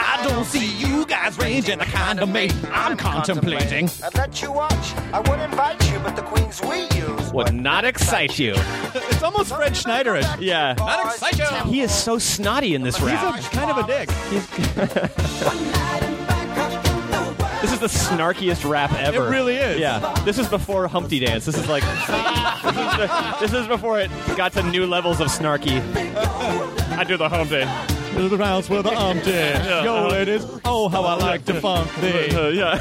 S4: I don't see you guys ranging the kind of mate I'm contemplating.
S13: I'd let you watch. I would invite you, but the queens we use.
S8: Would not excite you.
S4: It's almost Fred Schneiderish.
S8: Yeah.
S4: Not exciting.
S8: He is so snotty in this
S4: He's
S8: rap.
S4: a, kind of a dick.
S8: This is the snarkiest rap ever.
S4: It really is.
S8: Yeah. This is before Humpty Dance. This is like. this is before it got to new levels of snarky. I do the Humpty.
S4: The rounds with the umpty. Yo, ladies. Oh, how I like to funk thee.
S8: Uh, yeah.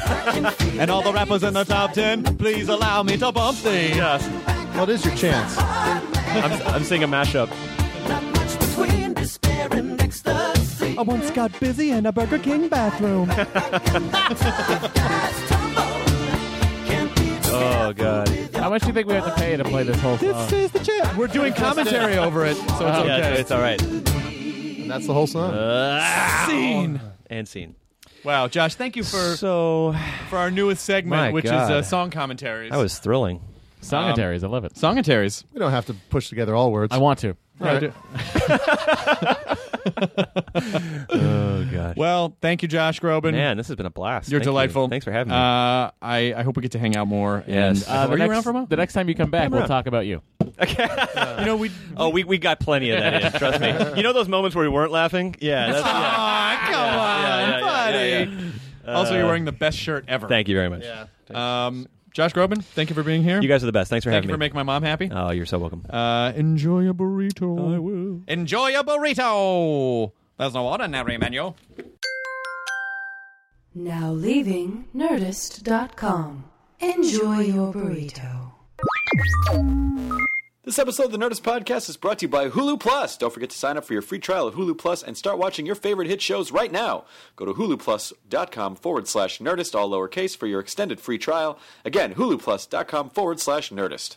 S4: And all the rappers in the top ten, please allow me to bump thee.
S8: Yes.
S6: what is your chance?
S8: I'm, I'm seeing a mashup.
S10: I once got busy in a Burger King bathroom.
S8: Oh, God.
S9: How much do you think we have to pay to play this whole song?
S6: is the chance.
S4: We're doing commentary over it, so it's
S8: Yeah,
S4: okay.
S8: it's all right.
S6: And that's the whole song.
S4: Uh, Scene.
S8: And scene.
S4: Wow, Josh, thank you for
S8: So.
S4: for our newest segment,
S8: My
S4: which
S8: God.
S4: is uh, song commentaries. Um,
S8: That was thrilling.
S9: Songitaries, I love it.
S4: songitaries.
S6: we don't have to push together all words.
S9: I want to.
S6: All right.
S8: Oh, God.
S4: Well, thank you, Josh Groban.
S8: Man, this has been a blast.
S4: You're
S8: Thank you.
S4: delightful.
S8: Thanks for having me.
S4: Uh, I, I hope we get to hang out more.
S8: Yes.
S4: And, uh,
S8: Uh,
S4: are
S9: Um, the
S4: you
S9: next-
S4: around for a while?
S9: The next time you come back,
S8: I'm
S9: we'll
S8: around.
S9: talk about you.
S4: You know, we.
S8: oh, we, we got plenty of that in. Trust me. You know those moments where we weren't laughing? Yeah. That's, yeah.
S4: Aw, come
S8: yeah, yeah,
S4: on,
S8: yeah, Uh,
S4: buddy. also, you're wearing the best shirt ever.
S8: Thank you very much.
S4: Um, Josh Groban, thank you for being here.
S8: You guys are the best. Thanks for
S4: thank you
S8: having
S4: for
S8: me.
S4: making my mom happy.
S8: oh, you're so welcome.
S4: Uh, enjoy a burrito. I will. Enjoy a burrito. There's no ordinary menu.
S5: Now leaving Nerdist.com. Enjoy your burrito.
S14: This episode of the Nerdist Podcast is brought to you by Hulu Plus. Don't forget to sign up for your free trial of Hulu Plus and start watching your favorite hit shows right now. Go to huluplus.com forward slash nerdist, all lowercase, for your extended free trial. Again, huluplus.com forward slash nerdist.